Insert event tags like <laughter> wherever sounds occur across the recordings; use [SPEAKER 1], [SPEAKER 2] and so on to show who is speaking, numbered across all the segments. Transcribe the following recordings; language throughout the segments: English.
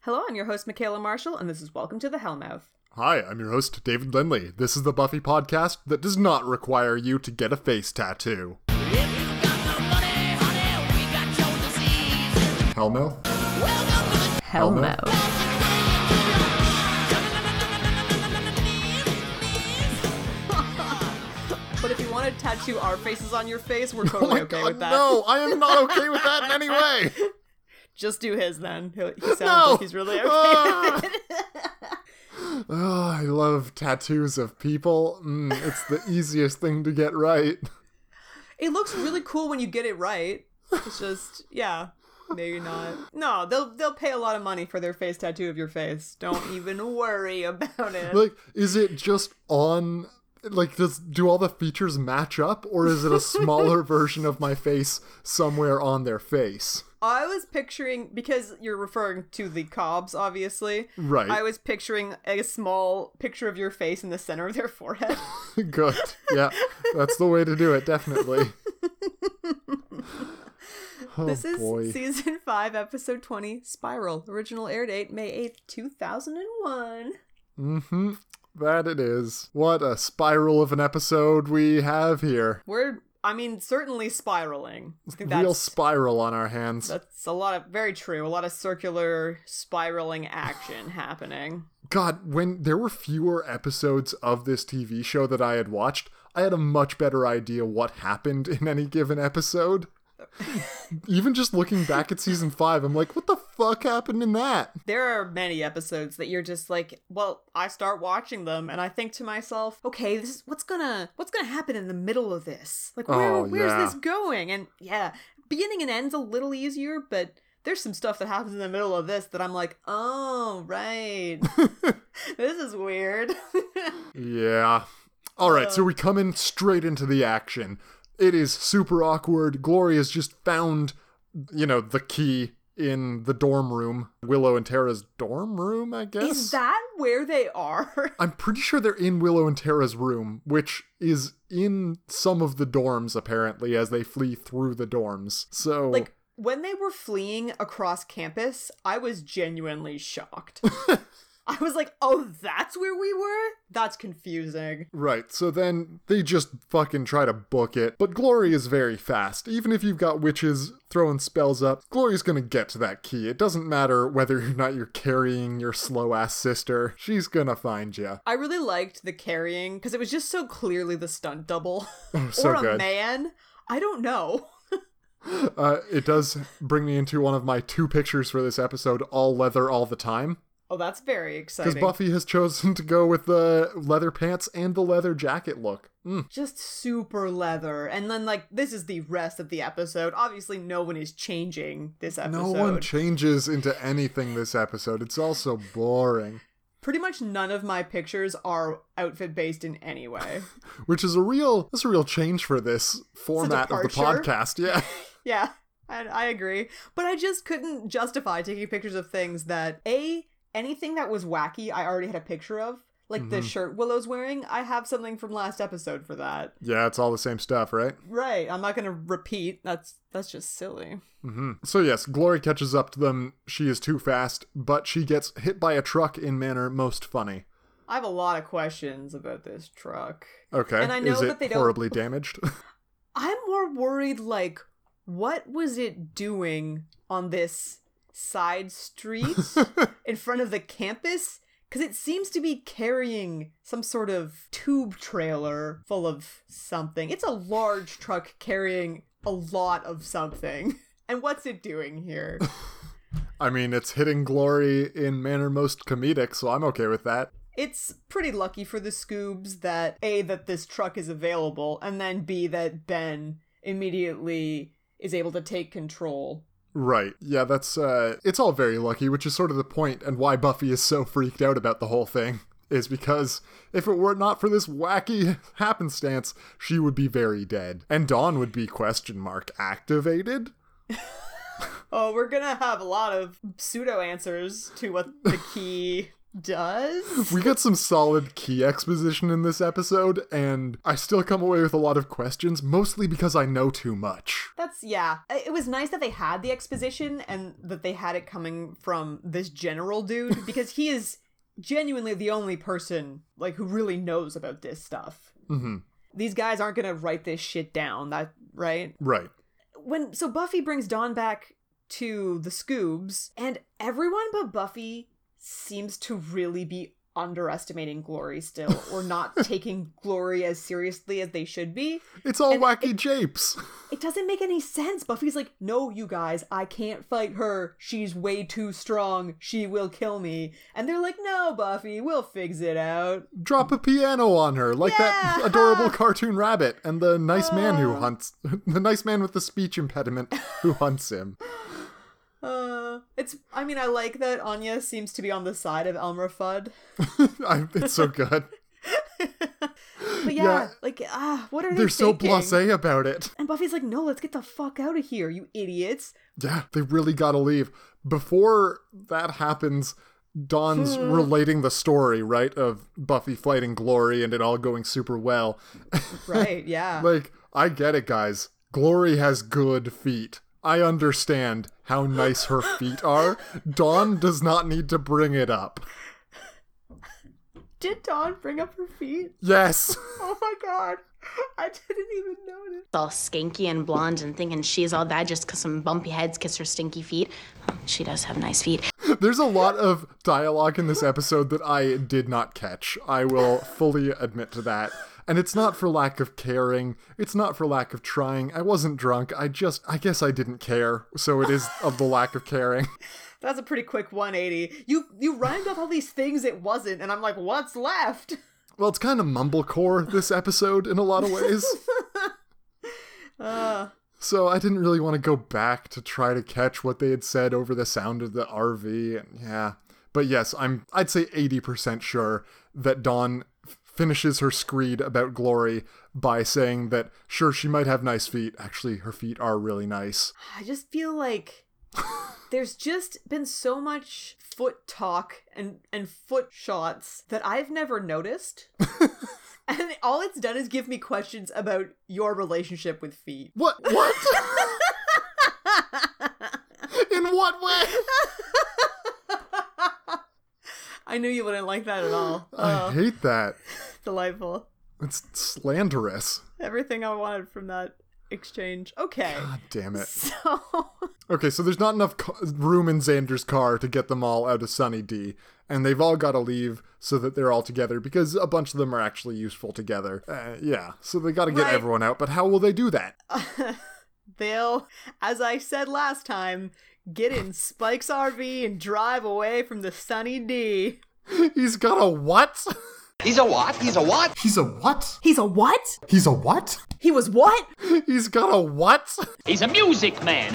[SPEAKER 1] Hello, I'm your host, Michaela Marshall, and this is Welcome to the Hellmouth.
[SPEAKER 2] Hi, I'm your host, David Lindley. This is the Buffy podcast that does not require you to get a face tattoo.
[SPEAKER 3] If you got no money, honey, we got your disease.
[SPEAKER 2] Hellmouth?
[SPEAKER 3] Welcome to the
[SPEAKER 2] Hellmouth.
[SPEAKER 1] But if you want to tattoo our faces on your face, we're
[SPEAKER 2] <laughs> Oh
[SPEAKER 1] totally
[SPEAKER 2] my
[SPEAKER 1] okay
[SPEAKER 2] god,
[SPEAKER 1] with that.
[SPEAKER 2] no, I am not okay with that
[SPEAKER 1] <laughs>
[SPEAKER 2] in any way.
[SPEAKER 1] Just do his then. He'll- He sounds
[SPEAKER 2] no.
[SPEAKER 1] like he's really okay.
[SPEAKER 2] <laughs> Ah. <laughs> Ah, I love tattoos of people. Mm, it's the easiest thing to
[SPEAKER 1] <laughs>
[SPEAKER 2] get right.
[SPEAKER 1] It looks really cool when you get it right. It's just, yeah, maybe not. No, they'll they'll pay a lot of money for their face tattoo of your face. Don't even worry about it.
[SPEAKER 2] Like, is it just on? Like, does do all the features match up, or is it
[SPEAKER 1] <laughs>
[SPEAKER 2] a smaller version of my face somewhere on their face?
[SPEAKER 1] I was picturing because you're referring to the cobs, obviously.
[SPEAKER 2] Right.
[SPEAKER 1] I was picturing a small picture of your face in the center of their forehead.
[SPEAKER 2] <laughs> Good. Yeah, that's the way to do it,
[SPEAKER 1] <laughs>
[SPEAKER 2] definitely. Oh,
[SPEAKER 1] this is
[SPEAKER 2] boy.
[SPEAKER 1] season <laughs> five, episode twenty, Spiral. Original air date May eighth, two thousand and one.
[SPEAKER 2] hmm That it is. What a spiral of an episode we have here.
[SPEAKER 1] We're, I mean, certainly spiraling. I think
[SPEAKER 2] Real
[SPEAKER 1] that's
[SPEAKER 2] spiral on our hands.
[SPEAKER 1] that's a lot of very true. A lot of circular spiraling action happening.
[SPEAKER 2] God, when there were fewer episodes of this TV show that I had watched, I had a much better idea what happened in any
[SPEAKER 1] <laughs>
[SPEAKER 2] given episode. Even just looking back at season five, I'm like, what the fuck happened in that?
[SPEAKER 1] There are many episodes that you're just like, well, I start watching them and I think to myself, okay, this is what's gonna what's gonna happen in the middle of this? Like where
[SPEAKER 2] Oh,
[SPEAKER 1] where's
[SPEAKER 2] yeah.
[SPEAKER 1] this going? And yeah, beginning and end's a little easier, but there's some stuff that happens in the middle of this that I'm like, oh right.
[SPEAKER 2] <laughs>
[SPEAKER 1] this is weird. <laughs>
[SPEAKER 2] Yeah. All right,
[SPEAKER 1] Uh.
[SPEAKER 2] so we come in straight into the action. It is super awkward. Gloria's just found, you know, the key in the dorm room, Willow and Tara's dorm room, I guess.
[SPEAKER 1] is that where they are?
[SPEAKER 2] I'm pretty sure they're in Willow and Tara's room, which is in some of the dorms apparently as they flee through the dorms. So
[SPEAKER 1] like when they were fleeing across campus, I was genuinely
[SPEAKER 2] <laughs>
[SPEAKER 1] shocked. I was like, "Oh, that's where we were? That's confusing."
[SPEAKER 2] Right, so then they just fucking try to book it. But Glory is very fast. Even if you've got witches throwing spells up, Glory's gonna get to that key. It doesn't matter whether or not you're carrying your slow ass sister, she's gonna find you.
[SPEAKER 1] I really liked the carrying because it was just so clearly the stunt
[SPEAKER 2] <laughs>
[SPEAKER 1] double
[SPEAKER 2] Oh, so
[SPEAKER 1] or a
[SPEAKER 2] good.
[SPEAKER 1] man. I don't know.
[SPEAKER 2] Uh, it does bring me into one of my two pictures for this episode all leather all the time.
[SPEAKER 1] Oh, that's very
[SPEAKER 2] Because
[SPEAKER 1] exciting.
[SPEAKER 2] Buffy has chosen to go with the leather pants and the leather jacket look. Mm.
[SPEAKER 1] just super leather, and then like this is the rest of the episode. Obviously, no one is changing this
[SPEAKER 2] No
[SPEAKER 1] episode.
[SPEAKER 2] one changes into anything this episode. It's all so boring.
[SPEAKER 1] Pretty much none of my pictures are outfit based in any way.
[SPEAKER 2] which is a real that's a real change for this format of the
[SPEAKER 1] departure.
[SPEAKER 2] podcast yeah <laughs>
[SPEAKER 1] Yeah, I, I agree. But I just couldn't justify taking pictures of things that a anything that was wacky. I already had a picture of, like the shirt Willow's wearing. I have something from last episode for that.
[SPEAKER 2] yeah it's all the same stuff right
[SPEAKER 1] Right. I'm not gonna repeat. That's that's just silly.
[SPEAKER 2] hmm so yes glory catches up to them she is too fast but she gets hit by a truck in manner most funny
[SPEAKER 1] I have a lot of questions about this truck.
[SPEAKER 2] okay
[SPEAKER 1] And I know
[SPEAKER 2] is
[SPEAKER 1] that
[SPEAKER 2] it
[SPEAKER 1] they don't-
[SPEAKER 2] horribly damaged <laughs>
[SPEAKER 1] I'm more worried like what was it doing on this side street in front of the campus? Cuz it seems to be carrying some sort of tube trailer full of something. It's a large truck carrying a lot of something. <laughs> And what's it doing here?
[SPEAKER 2] i mean it's hitting glory in manner most comedic so i'm okay with that
[SPEAKER 1] It's pretty lucky for the Scoobs that A, that this truck is available, and then B, that Ben immediately is able to take control
[SPEAKER 2] right yeah that's uh it's all very lucky which is sort of the point and why buffy is so freaked out about the whole thing is because if it were not for this wacky <laughs> happenstance she would be very dead and dawn would be question mark activated
[SPEAKER 1] Oh, we're gonna have a lot of pseudo answers to what the key does.
[SPEAKER 2] We get some solid key exposition in this episode, and I still come away with a lot of questions, mostly because I know too much.
[SPEAKER 1] That's yeah. I- It was nice that they had the exposition and that they had it coming from this general dude because he is genuinely the only person like who really knows about this stuff.
[SPEAKER 2] hmm
[SPEAKER 1] These guys aren't gonna write this shit down. That right?
[SPEAKER 2] Right.
[SPEAKER 1] when so Buffy brings Dawn back to the Scoobs, and everyone but Buffy seems to really be underestimating Glory still, or
[SPEAKER 2] <laughs>
[SPEAKER 1] not taking Glory as seriously as they should be.
[SPEAKER 2] It's all
[SPEAKER 1] And
[SPEAKER 2] wacky japes.
[SPEAKER 1] It doesn't make any sense. Buffy's like, "No, you guys, I can't fight her. She's way too strong. She will kill me." And they're like, "No, Buffy, we'll fix it out."
[SPEAKER 2] Drop a piano on her, like that
[SPEAKER 1] Yeah! Oh.
[SPEAKER 2] adorable cartoon rabbit and the nice man who hunts <laughs> the nice man with the speech impediment who hunts him. <laughs>
[SPEAKER 1] Uh, it's. I mean, I like that Anya seems to be on the side of Elmer Fudd.
[SPEAKER 2] I, it's so
[SPEAKER 1] <laughs>
[SPEAKER 2] good.
[SPEAKER 1] But yeah,
[SPEAKER 2] Yeah.
[SPEAKER 1] like ah, what are they?
[SPEAKER 2] They're so
[SPEAKER 1] thinking?
[SPEAKER 2] blasé about it.
[SPEAKER 1] And Buffy's like, no, let's get the fuck out of here, you idiots.
[SPEAKER 2] Yeah, they really gotta leave. Before that happens, Dawn's
[SPEAKER 1] Hmm.
[SPEAKER 2] relating the story, right, of Buffy fighting Glory and it all going super well.
[SPEAKER 1] Right, yeah.
[SPEAKER 2] Like, I get it, guys. Glory has good feet. I understand how nice her feet
[SPEAKER 1] <laughs>
[SPEAKER 2] are. Dawn does not need to bring it up.
[SPEAKER 1] Did Dawn bring up her feet?
[SPEAKER 2] Yes. <laughs>
[SPEAKER 1] Oh my god. I didn't even notice.
[SPEAKER 4] all skanky and blonde and thinking she's all that just 'cause some bumpy heads kiss her stinky feet. Um, She does have nice feet.
[SPEAKER 2] There's a lot of dialogue in this episode that I did not catch. I will fully admit to that. And it's not for lack of caring. It's not for lack of trying. I wasn't drunk. I just, I guess I didn't care. So it is of the lack of caring.
[SPEAKER 1] That's a pretty quick 180. You you rhymed off all these things it wasn't, and I'm like, what's left?
[SPEAKER 2] Well, it's kind of mumblecore, this episode, in a lot of ways. So I didn't really want to go back to try to catch what they had said over the sound of the RV and yeah. But yes, I'm I'd say 80% sure that Dawn f- finishes her screed about Glory by saying that sure she might have nice feet, actually her feet are really nice.
[SPEAKER 1] I just feel like there's just been so much foot talk and and foot shots that I've never noticed. and all it's done is give me questions about your relationship with feet. <laughs>
[SPEAKER 2] What what? <laughs> in what way?
[SPEAKER 1] <laughs> I knew you wouldn't like that at all.
[SPEAKER 2] <gasps>
[SPEAKER 1] Oh,
[SPEAKER 2] I hate that.
[SPEAKER 1] Delightful.
[SPEAKER 2] It's slanderous.
[SPEAKER 1] Everything I wanted from that exchange. Okay.
[SPEAKER 2] God damn it.
[SPEAKER 1] So <laughs>
[SPEAKER 2] Okay, so there's not enough ca- room in Xander's car to get them all out of Sunny D, and they've all got to leave so that they're all together because a bunch of them are actually useful together. Uh, yeah, so they got to get
[SPEAKER 1] Right.
[SPEAKER 2] everyone out, but how will they do that? <laughs>
[SPEAKER 1] they'll, as I said last time, get in Spike's RV and drive away from the sunny D.
[SPEAKER 2] He's got a what? <laughs>
[SPEAKER 5] He's a what? He's a what?
[SPEAKER 6] He's a what?
[SPEAKER 1] He's a what?
[SPEAKER 6] He's a what?
[SPEAKER 1] He was what?
[SPEAKER 2] He's got a what?
[SPEAKER 5] He's a music man.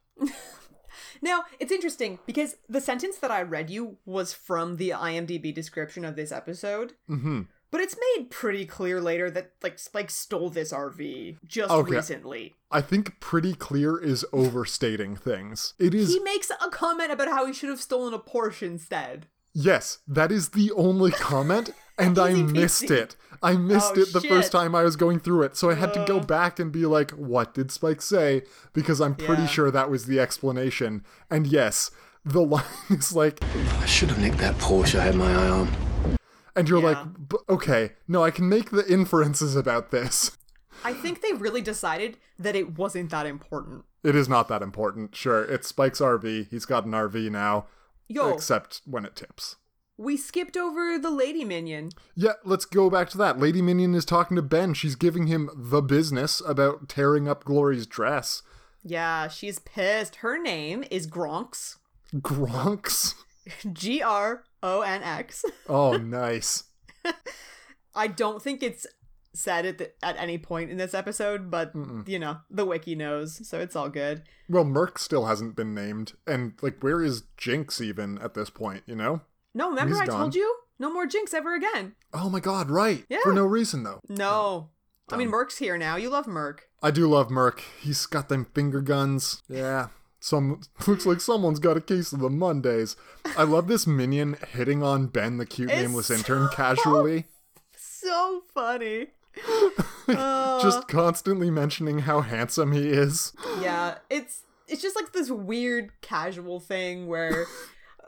[SPEAKER 1] Now, it's interesting because the sentence that I read you was from the IMDb description of this episode. Mm-hmm. But it's made pretty clear later that like Spike stole this RV just
[SPEAKER 2] Okay.
[SPEAKER 1] recently.
[SPEAKER 2] I think pretty clear is overstating things. It is
[SPEAKER 1] He makes a comment about how he should have stolen a Porsche instead.
[SPEAKER 2] Yes, that is the only comment, and I
[SPEAKER 1] Easy peasy.
[SPEAKER 2] missed it. I missed
[SPEAKER 1] Oh,
[SPEAKER 2] it the first
[SPEAKER 1] shit.
[SPEAKER 2] time I was going through it, so I had to go back and be like, what did Spike say? Because I'm pretty
[SPEAKER 1] Yeah.
[SPEAKER 2] sure that was the explanation. And yes, the <laughs> line is like,
[SPEAKER 7] I should have nicked that Porsche I had my eye on.
[SPEAKER 2] and you're
[SPEAKER 1] Yeah.
[SPEAKER 2] like, "B- okay, no, I can make the inferences about this.
[SPEAKER 1] I think they really decided that it wasn't that important.
[SPEAKER 2] It is not that important. Sure, it's Spike's RV. He's got an RV now,
[SPEAKER 1] Yo,
[SPEAKER 2] except when it tips.
[SPEAKER 1] we skipped over the lady minion.
[SPEAKER 2] Yeah, let's go back to that. Lady Minion is talking to Ben. She's giving him the business about tearing up Glory's dress.
[SPEAKER 1] Yeah, she's pissed. Her name is Gronks.
[SPEAKER 2] Gronks.
[SPEAKER 1] G R O N X. <laughs>
[SPEAKER 2] Oh, <laughs> nice.
[SPEAKER 1] I don't think it's said at, the, at any point in this episode, but you know, the wiki knows, so it's all good.
[SPEAKER 2] Well, Merc still hasn't been named, and like, where is Jinx even at this point? You know?
[SPEAKER 1] No, remember
[SPEAKER 2] He's
[SPEAKER 1] I
[SPEAKER 2] gone.
[SPEAKER 1] told you? No more Jinx ever again.
[SPEAKER 2] Oh my God! Right.
[SPEAKER 1] Yeah.
[SPEAKER 2] For no reason though.
[SPEAKER 1] No. I mean, Merc's here now. You love Merc.
[SPEAKER 2] I do love Merc. He's got them finger guns. Yeah. Some <laughs> looks like someone's got a case of the Mondays. I love this minion hitting on Ben, the cute
[SPEAKER 1] It's
[SPEAKER 2] nameless intern,
[SPEAKER 1] <laughs>
[SPEAKER 2] casually,
[SPEAKER 1] So funny.
[SPEAKER 2] just constantly mentioning how handsome he is.
[SPEAKER 1] Yeah, it's it's just like this weird casual thing where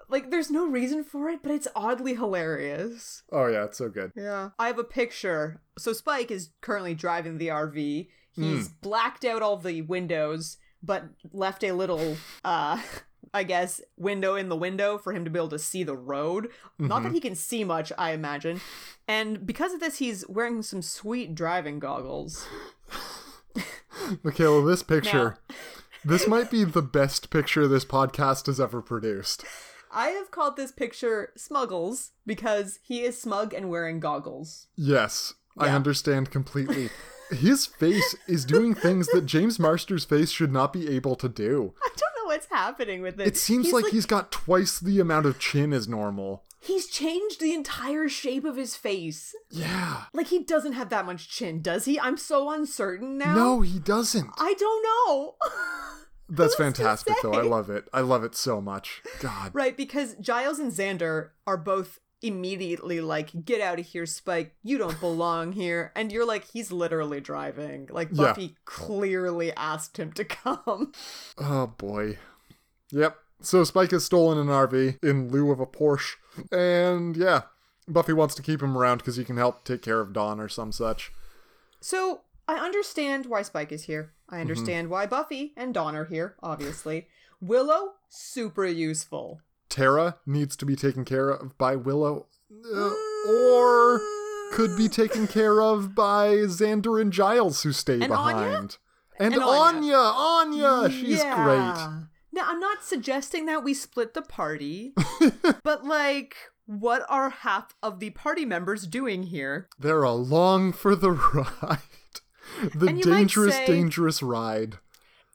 [SPEAKER 1] like there's no reason for it, but it's oddly hilarious.
[SPEAKER 2] Oh yeah, it's so <laughs> good.
[SPEAKER 1] Yeah. I have a picture. So Spike is currently driving the RV.
[SPEAKER 2] Hmm.
[SPEAKER 1] He's blacked out all the windows, but left a little <laughs> uh I guess window in the window for him to be able to see the road. Not
[SPEAKER 2] Mm-hmm.
[SPEAKER 1] that he can see much, I imagine. And because of this, he's wearing some sweet driving goggles.
[SPEAKER 2] Michaela, this picture.
[SPEAKER 1] <laughs>
[SPEAKER 2] This might be the best picture this podcast has ever produced.
[SPEAKER 1] I have called this picture Smuggles because he is smug and wearing goggles. <laughs>
[SPEAKER 2] Yes, I understand completely. His face is doing things that James Marsters' face should not be able to do.
[SPEAKER 1] I don't know what's happening with it.
[SPEAKER 2] It seems
[SPEAKER 1] he's
[SPEAKER 2] like, he's got twice the amount of chin as normal.
[SPEAKER 1] he's changed the entire shape of his face.
[SPEAKER 2] Yeah.
[SPEAKER 1] Like he doesn't have that much chin, does he? I'm so uncertain now.
[SPEAKER 2] No, he doesn't.
[SPEAKER 1] I don't know. <laughs>
[SPEAKER 2] That's
[SPEAKER 1] who's to
[SPEAKER 2] fantastic, though. I
[SPEAKER 1] say?
[SPEAKER 2] love it. I love it so much. God.
[SPEAKER 1] right, because Giles and Xander are both immediately like, "Get out of here, Spike! You don't belong here." And you're like, "He's literally driving." Like
[SPEAKER 2] Yeah.
[SPEAKER 1] Buffy clearly asked him to come. <laughs>
[SPEAKER 2] Oh, boy. Yep. So Spike has stolen an RV in lieu of a Porsche. And yeah, Buffy wants to keep him around because he can help take care of Dawn or some such.
[SPEAKER 1] So I understand why Spike is here.
[SPEAKER 2] Mm-hmm.
[SPEAKER 1] I understand why Buffy and Dawn are here, obviously. Willow, super useful.
[SPEAKER 2] Tara needs to be taken care of by Willow, uh, or could be taken care of by Xander and Giles, who stay
[SPEAKER 1] And Anya?
[SPEAKER 2] behind. And,
[SPEAKER 1] And Anya.
[SPEAKER 2] Anya, Anya, she's great.
[SPEAKER 1] Now, I'm not suggesting that we split the
[SPEAKER 2] <laughs>
[SPEAKER 1] party, but like, what are half of the party members doing here?
[SPEAKER 2] They're along for the <laughs> ride. The
[SPEAKER 1] And you might
[SPEAKER 2] dangerous,
[SPEAKER 1] say-
[SPEAKER 2] dangerous ride.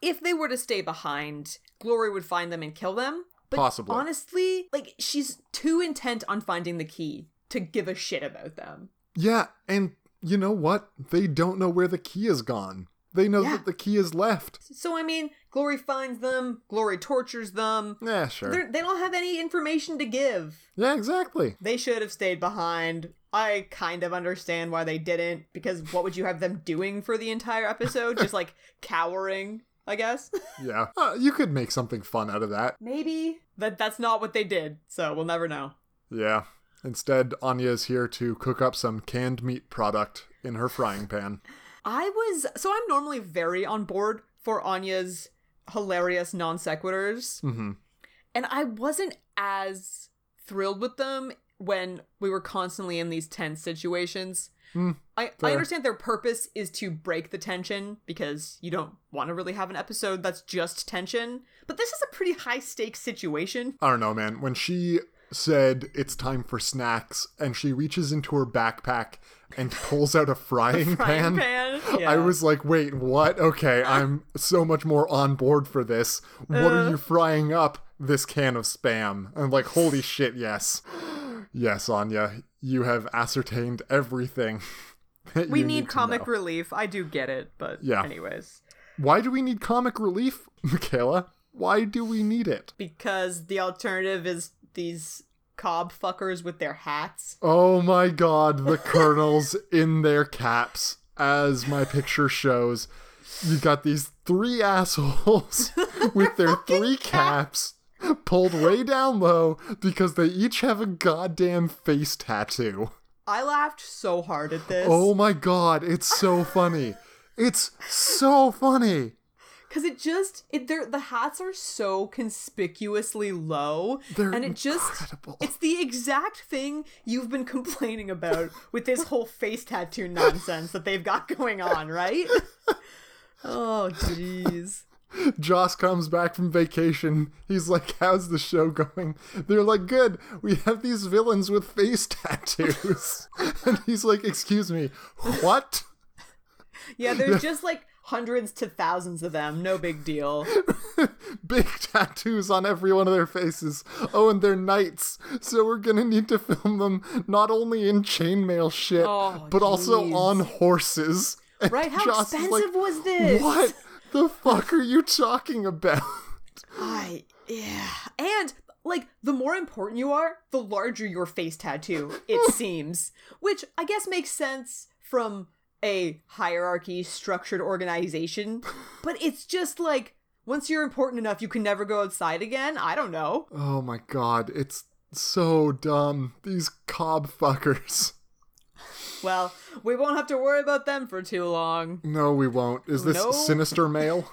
[SPEAKER 1] If they were to stay behind, Glory would find them and kill them. But
[SPEAKER 2] Possibly.
[SPEAKER 1] honestly, like, she's too intent on finding the key to give a shit about them.
[SPEAKER 2] Yeah, and you know what? They don't know where the key is gone. They know
[SPEAKER 1] Yeah.
[SPEAKER 2] that the key is left.
[SPEAKER 1] So, I mean, Glory finds them, Glory tortures them,
[SPEAKER 2] Yeah, sure.
[SPEAKER 1] They're, they don't have any information to give.
[SPEAKER 2] Yeah, exactly.
[SPEAKER 1] They should have stayed behind. I kind of understand why they didn't, because what would you have them doing for the entire episode? Just like cowering, I guess?
[SPEAKER 2] Yeah. Uh, you could make something fun out of that.
[SPEAKER 1] Maybe. But that's not what they did, so we'll never know.
[SPEAKER 2] Yeah. Instead, Anya is here to cook up some canned meat product in her frying pan.
[SPEAKER 1] I was. So I'm normally very on board for Anya's hilarious non sequiturs.
[SPEAKER 2] hmm
[SPEAKER 1] And I wasn't as thrilled with them when we were constantly in these tense situations. I, I
[SPEAKER 2] Hmm, fair.
[SPEAKER 1] understand their purpose is to break the tension because you don't want to really have an episode that's just tension. But this is a pretty high stakes situation.
[SPEAKER 2] I don't know, man. When she said it's time for snacks and she reaches into her backpack and pulls out <laughs> a frying,
[SPEAKER 1] Frying
[SPEAKER 2] <laughs> pan,
[SPEAKER 1] pan. Yeah.
[SPEAKER 2] I was like, wait, what? Okay, I'm so much more on board for this. What
[SPEAKER 1] Uh.
[SPEAKER 2] are you frying up? This can of spam. And like, holy shit, yes. Yes, Anya, you have ascertained everything. <laughs> that
[SPEAKER 1] We
[SPEAKER 2] you
[SPEAKER 1] need,
[SPEAKER 2] to
[SPEAKER 1] comic
[SPEAKER 2] know.
[SPEAKER 1] relief. I do get it, but
[SPEAKER 2] Yeah.
[SPEAKER 1] anyways.
[SPEAKER 2] Why do we need comic relief, <laughs> Michaela? Why do we need it?
[SPEAKER 1] Because the alternative is these cob fuckers with their hats.
[SPEAKER 2] Oh my god, the colonels in their caps, as my picture shows. You got these three assholes <laughs> with their three caps pulled way down low because they each have a goddamn face tattoo.
[SPEAKER 1] I laughed so hard at this.
[SPEAKER 2] Oh my god, it's so funny. It's so funny.
[SPEAKER 1] Cause it just it they're the hats are so conspicuously low,
[SPEAKER 2] They're
[SPEAKER 1] and it just
[SPEAKER 2] incredible.
[SPEAKER 1] it's the exact thing you've been <laughs> complaining about with this whole face tattoo nonsense that they've got going on,
[SPEAKER 2] <laughs>
[SPEAKER 1] right? Oh jeez,
[SPEAKER 2] Joss comes back from vacation. He's like, How's the show going? They're like, Good. We have these villains with face <laughs> tattoos. and he's like, Excuse me, what?
[SPEAKER 1] yeah, there's just like hundreds to thousands of them. No big
[SPEAKER 2] <laughs>
[SPEAKER 1] deal.
[SPEAKER 2] Big tattoos on every one of their faces. Oh, and they're knights. So we're going to need to film them not only in chainmail shit,
[SPEAKER 1] Oh,
[SPEAKER 2] but also
[SPEAKER 1] jeez.
[SPEAKER 2] on horses. And
[SPEAKER 1] Right? How
[SPEAKER 2] Joss is
[SPEAKER 1] expensive
[SPEAKER 2] like,
[SPEAKER 1] was this?
[SPEAKER 2] What the fuck are you talking about?
[SPEAKER 1] I yeah. And like the more important you are, the larger your face tattoo, it seems. Which I guess makes sense from a hierarchy structured organization. But it's just like once you're important enough you can never go outside again. I don't know.
[SPEAKER 2] Oh my god, it's so dumb. These cob fuckers. <laughs>
[SPEAKER 1] Well, we won't have to worry about them for too long.
[SPEAKER 2] No, we won't. Is this
[SPEAKER 1] No. <laughs>
[SPEAKER 2] sinister mail?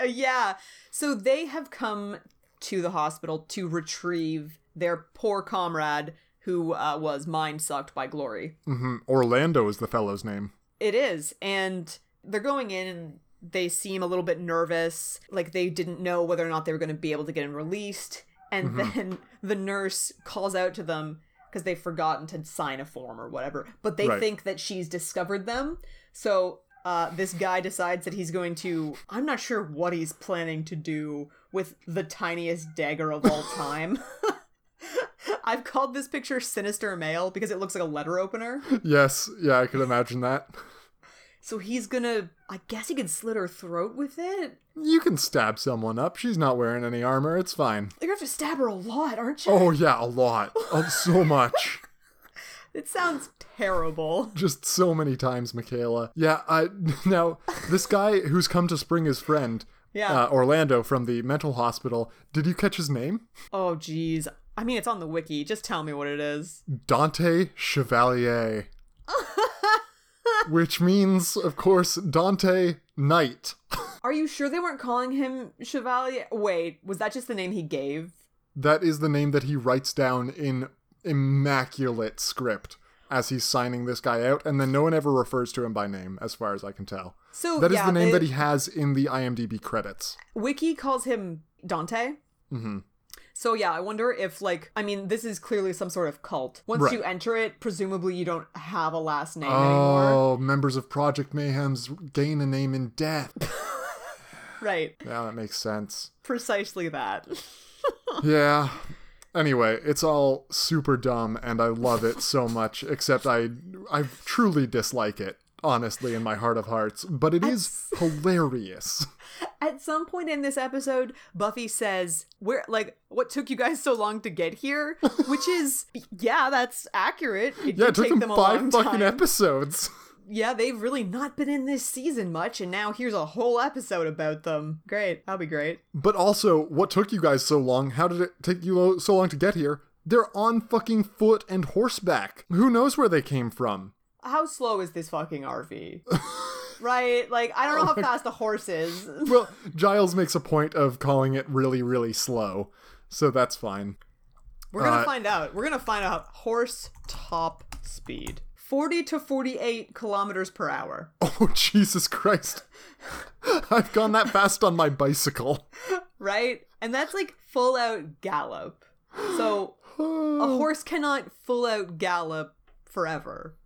[SPEAKER 1] Uh, yeah. So they have come to the hospital to retrieve their poor comrade who uh, was mind sucked by glory.
[SPEAKER 2] hmm Orlando is the fellow's name.
[SPEAKER 1] It is. And they're going in and they seem a little bit nervous, like they didn't know whether or not they were going to be able to get him released. And then <laughs> the nurse calls out to them because they've forgotten to sign a form or whatever. But they
[SPEAKER 2] Right.
[SPEAKER 1] think that she's discovered them. So uh, this guy decides that he's going to. I'm not sure what he's planning to do with the tiniest dagger of all time. <laughs> I've called this picture Sinister Mail because it looks like a letter opener.
[SPEAKER 2] Yes, yeah, I could imagine that.
[SPEAKER 1] So he's gonna. I guess he could slit her throat with it.
[SPEAKER 2] You can stab someone up. She's not wearing any armor. It's fine.
[SPEAKER 1] You're gonna have to stab her a lot, aren't you?
[SPEAKER 2] Oh, yeah, a lot. Oh,
[SPEAKER 1] <laughs>
[SPEAKER 2] so much.
[SPEAKER 1] It sounds terrible.
[SPEAKER 2] Just so many times, Michaela. Yeah, I, <laughs> now, this guy who's come to spring his friend,
[SPEAKER 1] Yeah.
[SPEAKER 2] uh, Orlando from the mental hospital, did you catch his name?
[SPEAKER 1] Oh, jeez. I mean, it's on the wiki. Just tell me what it is.
[SPEAKER 2] Dante Chevalier. Which means, of course, Dante Knight.
[SPEAKER 1] Are you sure they weren't calling him Chevalier? Wait, was that just the name he gave?
[SPEAKER 2] That is the name that he writes down in immaculate script as he's signing this guy out, and then no one ever refers to him by name, as far as I can tell.
[SPEAKER 1] So
[SPEAKER 2] That is
[SPEAKER 1] yeah,
[SPEAKER 2] the name
[SPEAKER 1] they-
[SPEAKER 2] that he has in the IMDb credits.
[SPEAKER 1] Wiki calls him Dante. Mm-hmm. So yeah, I wonder if like I mean, this is clearly some sort of cult. Once
[SPEAKER 2] Right.
[SPEAKER 1] you enter it, presumably you don't have a last name anymore.
[SPEAKER 2] Oh, members of Project Mayhem's gain a name in death.
[SPEAKER 1] Right.
[SPEAKER 2] yeah, that makes sense.
[SPEAKER 1] Precisely that.
[SPEAKER 2] Yeah. Anyway, it's all super dumb, and I love it so much. Except I, I truly dislike it, honestly, in my heart of hearts. But it is
[SPEAKER 1] <laughs>
[SPEAKER 2] hilarious.
[SPEAKER 1] At some point in this episode, Buffy says, "Where like what took you guys so long to get
[SPEAKER 2] <laughs>
[SPEAKER 1] here?" Which is yeah, that's accurate. It
[SPEAKER 2] Yeah,
[SPEAKER 1] did
[SPEAKER 2] it took
[SPEAKER 1] take
[SPEAKER 2] them
[SPEAKER 1] them a long
[SPEAKER 2] five fucking
[SPEAKER 1] time.
[SPEAKER 2] episodes.
[SPEAKER 1] yeah, they've really not been in this season much and now here's a whole episode about them. Great. That'll be great.
[SPEAKER 2] But also, what took you guys so long? How did it take you lo- so long to get here? They're on fucking foot and horseback. Who knows where they came from?
[SPEAKER 1] How slow is this fucking
[SPEAKER 2] <laughs>
[SPEAKER 1] RV? right? Like I
[SPEAKER 2] Oh
[SPEAKER 1] don't know how fast the horse is.
[SPEAKER 2] Well, Giles makes a point of calling it really, really slow. So that's fine.
[SPEAKER 1] We're going to
[SPEAKER 2] Uh,
[SPEAKER 1] find out. We're going to find out horse top speed. 40 to 48 kilometers per hour.
[SPEAKER 2] <laughs> Oh, Jesus Christ. I've gone that fast on my bicycle.
[SPEAKER 1] right? And that's like full out gallop. So <sighs> a horse cannot full out gallop forever.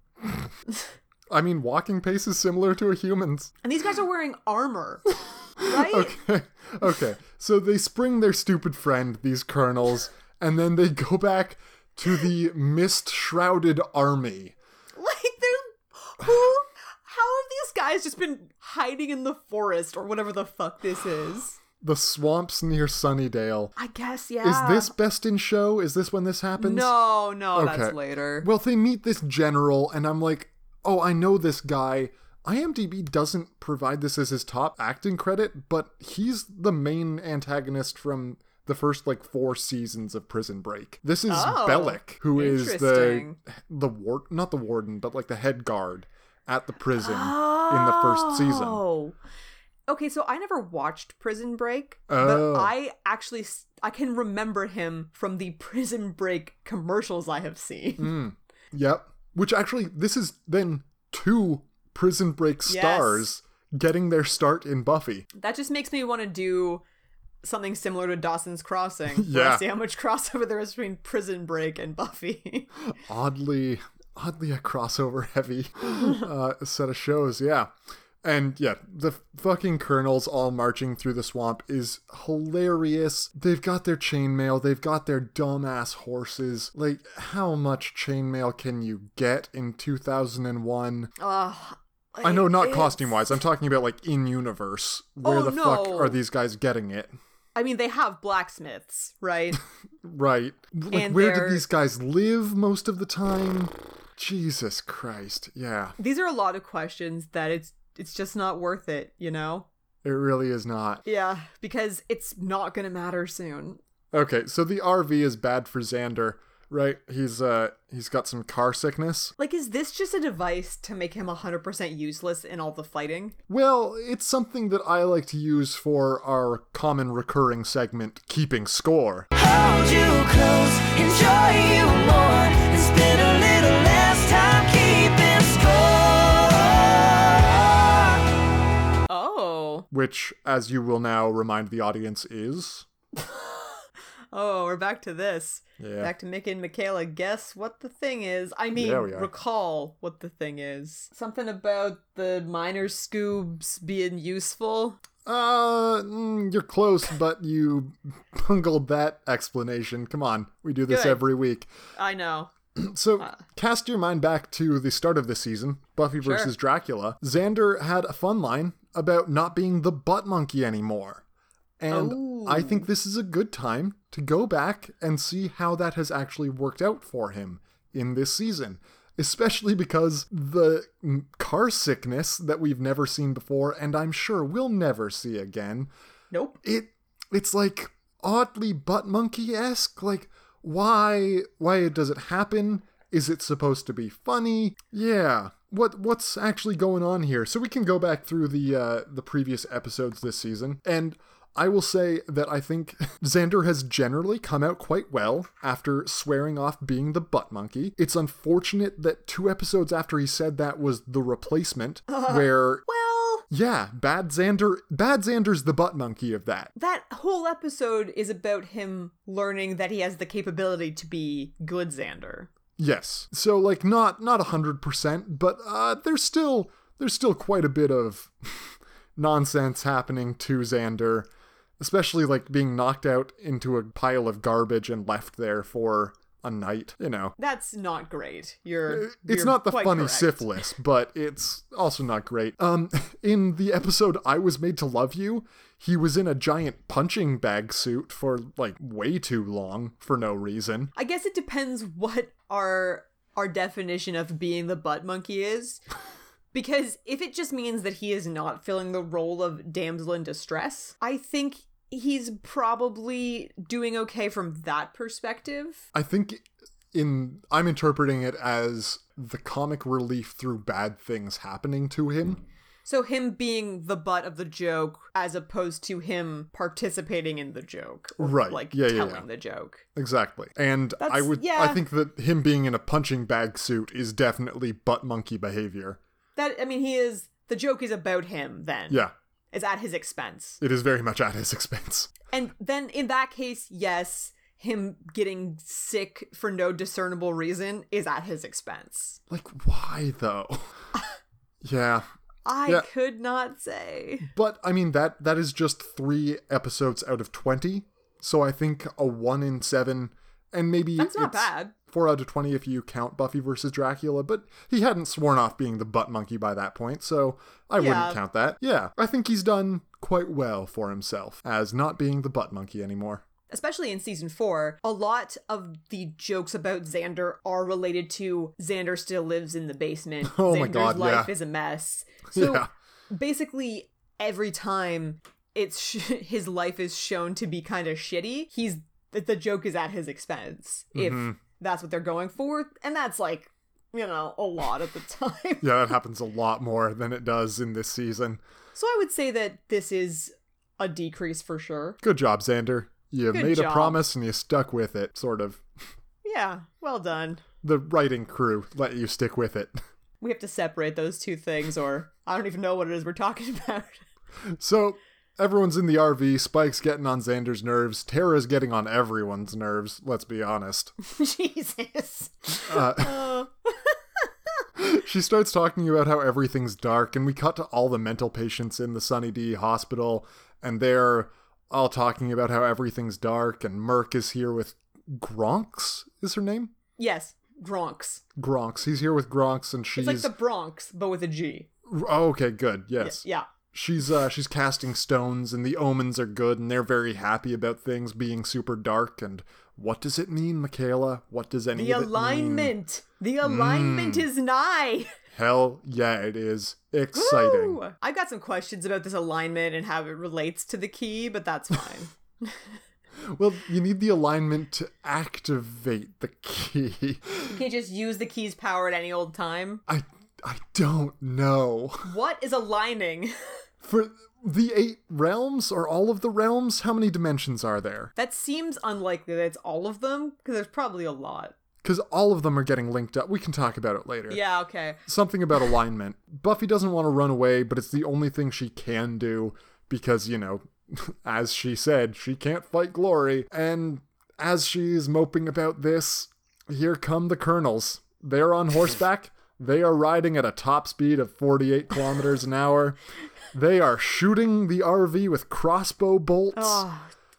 [SPEAKER 2] I mean, walking pace is similar to a human's. <laughs>
[SPEAKER 1] And these guys are wearing <laughs> armor, right?
[SPEAKER 2] okay, so they spring their stupid friend, these colonels, and then they go back to the mist shrouded army.
[SPEAKER 1] Like they're who? How have these guys just been hiding in the forest or whatever the fuck this is?
[SPEAKER 2] The swamps near Sunnydale.
[SPEAKER 1] I guess
[SPEAKER 2] Is
[SPEAKER 1] yeah.
[SPEAKER 2] this best in show? Is this when this happens?
[SPEAKER 1] Ah. No, no,
[SPEAKER 2] Okay.
[SPEAKER 1] that's later.
[SPEAKER 2] Well, they meet this general, and I'm like, oh, I know this guy. IMDb doesn't provide this as his top acting credit, but he's the main antagonist from the first like four seasons of Prison Break. This is
[SPEAKER 1] Oh,
[SPEAKER 2] Bellic, who is the
[SPEAKER 1] interesting.
[SPEAKER 2] the ward, not the warden, but like the head guard at the prison in the first season.
[SPEAKER 1] Oh. Okay, so I never watched Prison Break,
[SPEAKER 2] Oh.
[SPEAKER 1] but I actually s- I can remember him from the <laughs> Prison Break commercials I have seen.
[SPEAKER 2] Mm. Yep. Which actually, this is then two Prison Break
[SPEAKER 1] Yes.
[SPEAKER 2] stars getting their start in Buffy.
[SPEAKER 1] <laughs> That just makes me want to do something similar to Dawson's
[SPEAKER 2] <laughs>
[SPEAKER 1] Crossing. where I
[SPEAKER 2] Yeah.
[SPEAKER 1] see how much <laughs> crossover there is between Prison Break and Buffy. <laughs>
[SPEAKER 2] oddly oddly a crossover <laughs> heavy uh, set of shows yeah and yeah the fucking colonels all marching through the swamp is hilarious they've got their chainmail they've got their dumbass horses like how much chainmail can you get in 2001 i know not
[SPEAKER 1] It's-
[SPEAKER 2] costume wise i'm talking about like in universe where
[SPEAKER 1] Oh,
[SPEAKER 2] the fuck
[SPEAKER 1] no.
[SPEAKER 2] are these guys getting it
[SPEAKER 1] I mean, they have blacksmiths,
[SPEAKER 2] <laughs>
[SPEAKER 1] right?
[SPEAKER 2] Right. Like,
[SPEAKER 1] And
[SPEAKER 2] where
[SPEAKER 1] they're-
[SPEAKER 2] did these guys live most of the time? Jesus Christ. Yeah,
[SPEAKER 1] These are a lot of questions that it's it's just not worth it, you know?
[SPEAKER 2] it really is not.
[SPEAKER 1] Yeah, because it's not gonna matter soon.
[SPEAKER 2] Okay, so the RV is bad for Xander, right? He's uh he's got some car sickness.
[SPEAKER 1] Like, is this just a device to make him 100% useless in all the fighting?
[SPEAKER 2] Well, it's something that I like to use for our common recurring segment, keeping score.
[SPEAKER 6] Hold you close, enjoy you more, and spend a little less time keeping score.
[SPEAKER 1] Oh.
[SPEAKER 2] Which, as you will now remind the audience, is
[SPEAKER 1] Oh, we're back to this.
[SPEAKER 2] Yeah.
[SPEAKER 1] Back to Mickey and Michaela. Guess what the thing is? I mean,
[SPEAKER 2] Yeah, we are.
[SPEAKER 1] recall what the thing is. Something about the minor scoobs being useful.
[SPEAKER 2] uh mm, you're close, but you <laughs> bungled that explanation. Come on, we do this
[SPEAKER 1] Good.
[SPEAKER 2] every week.
[SPEAKER 1] I know.
[SPEAKER 2] Um, So, cast your mind back to the start of the season, Buffy versus Dracula. Xander had a fun line about not being the butt monkey anymore. And I think this is a good time to go back and see how that has actually worked out for him in this season. Especially because the mm, car sickness that we've never seen before, and I'm sure we'll never see again,
[SPEAKER 1] Nope.
[SPEAKER 2] it it's like oddly butt monkey esque. Like why why does it happen? Is it supposed to be funny? Yeah. What what's actually going on here? So we can go back through the uh, the previous episodes this season, and I will say that I think <laughs> Xander has generally come out quite well after swearing off being the butt monkey. It's unfortunate that two episodes after he said that was the replacement, where
[SPEAKER 1] Well,
[SPEAKER 2] yeah, bad Xander, bad Xander's the butt monkey of that.
[SPEAKER 1] that whole episode is about him learning that he has the capability to be good Xander.
[SPEAKER 2] Yes. So like not not a hundred percent, but uh, there's still there's still quite a bit of <laughs> nonsense happening to Xander, especially like being knocked out into a pile of garbage and left there for a night. You know,
[SPEAKER 1] That's not great. You're.
[SPEAKER 2] it's
[SPEAKER 1] you're
[SPEAKER 2] not the
[SPEAKER 1] quite
[SPEAKER 2] funny
[SPEAKER 1] correct.
[SPEAKER 2] syphilis, but it's also not great. Um, <laughs> in the episode "I Was Made to Love You," he was in a giant punching bag suit for like way too long for no reason.
[SPEAKER 1] I guess it depends what our our definition of being the butt monkey is. Because if it just means that he is not filling the role of damsel in distress, I think he's probably doing okay from that perspective.
[SPEAKER 2] I think in I'm interpreting it as the comic relief through bad things happening to him.
[SPEAKER 1] So him being the butt of the joke as opposed to him participating in the joke. or,
[SPEAKER 2] Right.
[SPEAKER 1] Like
[SPEAKER 2] Yeah, yeah,
[SPEAKER 1] telling
[SPEAKER 2] yeah.
[SPEAKER 1] the joke.
[SPEAKER 2] Exactly. And I
[SPEAKER 1] That's-
[SPEAKER 2] would I
[SPEAKER 1] yeah.
[SPEAKER 2] think that him being in a punching bag suit is definitely butt monkey behavior.
[SPEAKER 1] That I mean he is the joke is about him then.
[SPEAKER 2] Yeah.
[SPEAKER 1] It's at his expense.
[SPEAKER 2] It is very much at his expense.
[SPEAKER 1] And then in that case, yes, him getting sick for no discernible reason is at his expense.
[SPEAKER 2] Like why
[SPEAKER 1] <laughs>
[SPEAKER 2] though? yeah.
[SPEAKER 1] I
[SPEAKER 2] Yeah.
[SPEAKER 1] could not say.
[SPEAKER 2] But I mean that that is just 3 episodes out of 20. So I think a 1 in 7 and maybe
[SPEAKER 1] That's not
[SPEAKER 2] it's-
[SPEAKER 1] bad.
[SPEAKER 2] four out of twenty if you count Buffy versus Dracula, but he hadn't sworn off being the butt monkey by that point, so I
[SPEAKER 1] Yeah.
[SPEAKER 2] wouldn't count that. Yeah, I think he's done quite well for himself as not being the butt monkey anymore.
[SPEAKER 1] Especially in season four, a lot of the jokes about Xander are related to Xander still lives in the basement.
[SPEAKER 2] <laughs> Oh
[SPEAKER 1] Xander's
[SPEAKER 2] my God,
[SPEAKER 1] life
[SPEAKER 2] yeah.
[SPEAKER 1] is a
[SPEAKER 2] <laughs>
[SPEAKER 1] mess. So
[SPEAKER 2] yeah,
[SPEAKER 1] basically, every time it's sh- <laughs> his life is shown to be kind of shitty, he's that the joke is at his expense.
[SPEAKER 2] Mm-hmm.
[SPEAKER 1] If that's what they're going for, and that's like you know a lot
[SPEAKER 2] <laughs>
[SPEAKER 1] of the time. <laughs>
[SPEAKER 2] yeah, that happens a lot more than it does in this season.
[SPEAKER 1] So I would say that this is a decrease for sure.
[SPEAKER 2] Good job, Xander. You
[SPEAKER 1] Good
[SPEAKER 2] made a
[SPEAKER 1] job.
[SPEAKER 2] promise and you stuck with it, sort of.
[SPEAKER 1] Yeah, well done.
[SPEAKER 2] The writing crew let you stick with it. <laughs>
[SPEAKER 1] We have to separate those two things, or I don't even know what it is we're talking <laughs> about.
[SPEAKER 2] So everyone's in the RV. Spike's getting on Xander's nerves. Tara's getting on everyone's nerves. Let's be honest.
[SPEAKER 1] Jesus.
[SPEAKER 2] She starts talking about how everything's dark, and we cut to all the mental patients in the Sunny D hospital, and they're all talking about how everything's dark, and Merc is here with Gronks, is her name?
[SPEAKER 1] Yes, Gronks.
[SPEAKER 2] Gronks. He's here with Gronks, and she's.
[SPEAKER 1] It's like the Bronx, but with a G.
[SPEAKER 2] Oh, okay, good. Yes.
[SPEAKER 1] Yeah.
[SPEAKER 2] she's uh, she's casting stones, and the omens are good, and they're very happy about things being super dark. And what does it mean, Michaela? What does any
[SPEAKER 1] The
[SPEAKER 2] of it mean? mm.
[SPEAKER 1] alignment. The alignment is nigh.
[SPEAKER 2] Hell yeah, it is exciting.
[SPEAKER 1] Ooh. I've got some questions about this alignment and how it relates to the key, but that's
[SPEAKER 2] <laughs>
[SPEAKER 1] fine.
[SPEAKER 2] Well, you need the alignment to activate the key. <laughs>
[SPEAKER 1] you can't just use the key's power at any old time.
[SPEAKER 2] I I don't know.
[SPEAKER 1] What is aligning? <laughs>
[SPEAKER 2] For the eight realms or all of the realms, how many dimensions are there?
[SPEAKER 1] That seems unlikely that it's all of them, because there's probably a lot.
[SPEAKER 2] Because all of them are getting linked up. We can talk about it later.
[SPEAKER 1] Yeah, okay.
[SPEAKER 2] Something about alignment. Buffy doesn't want to run away, but it's the only thing she can do because, you know, <laughs> as she said, she can't fight glory. And as she's moping about this, here come the colonels. They're on horseback. they are riding at a top speed of 48 kilometers an hour. They are shooting the RV with crossbow bolts.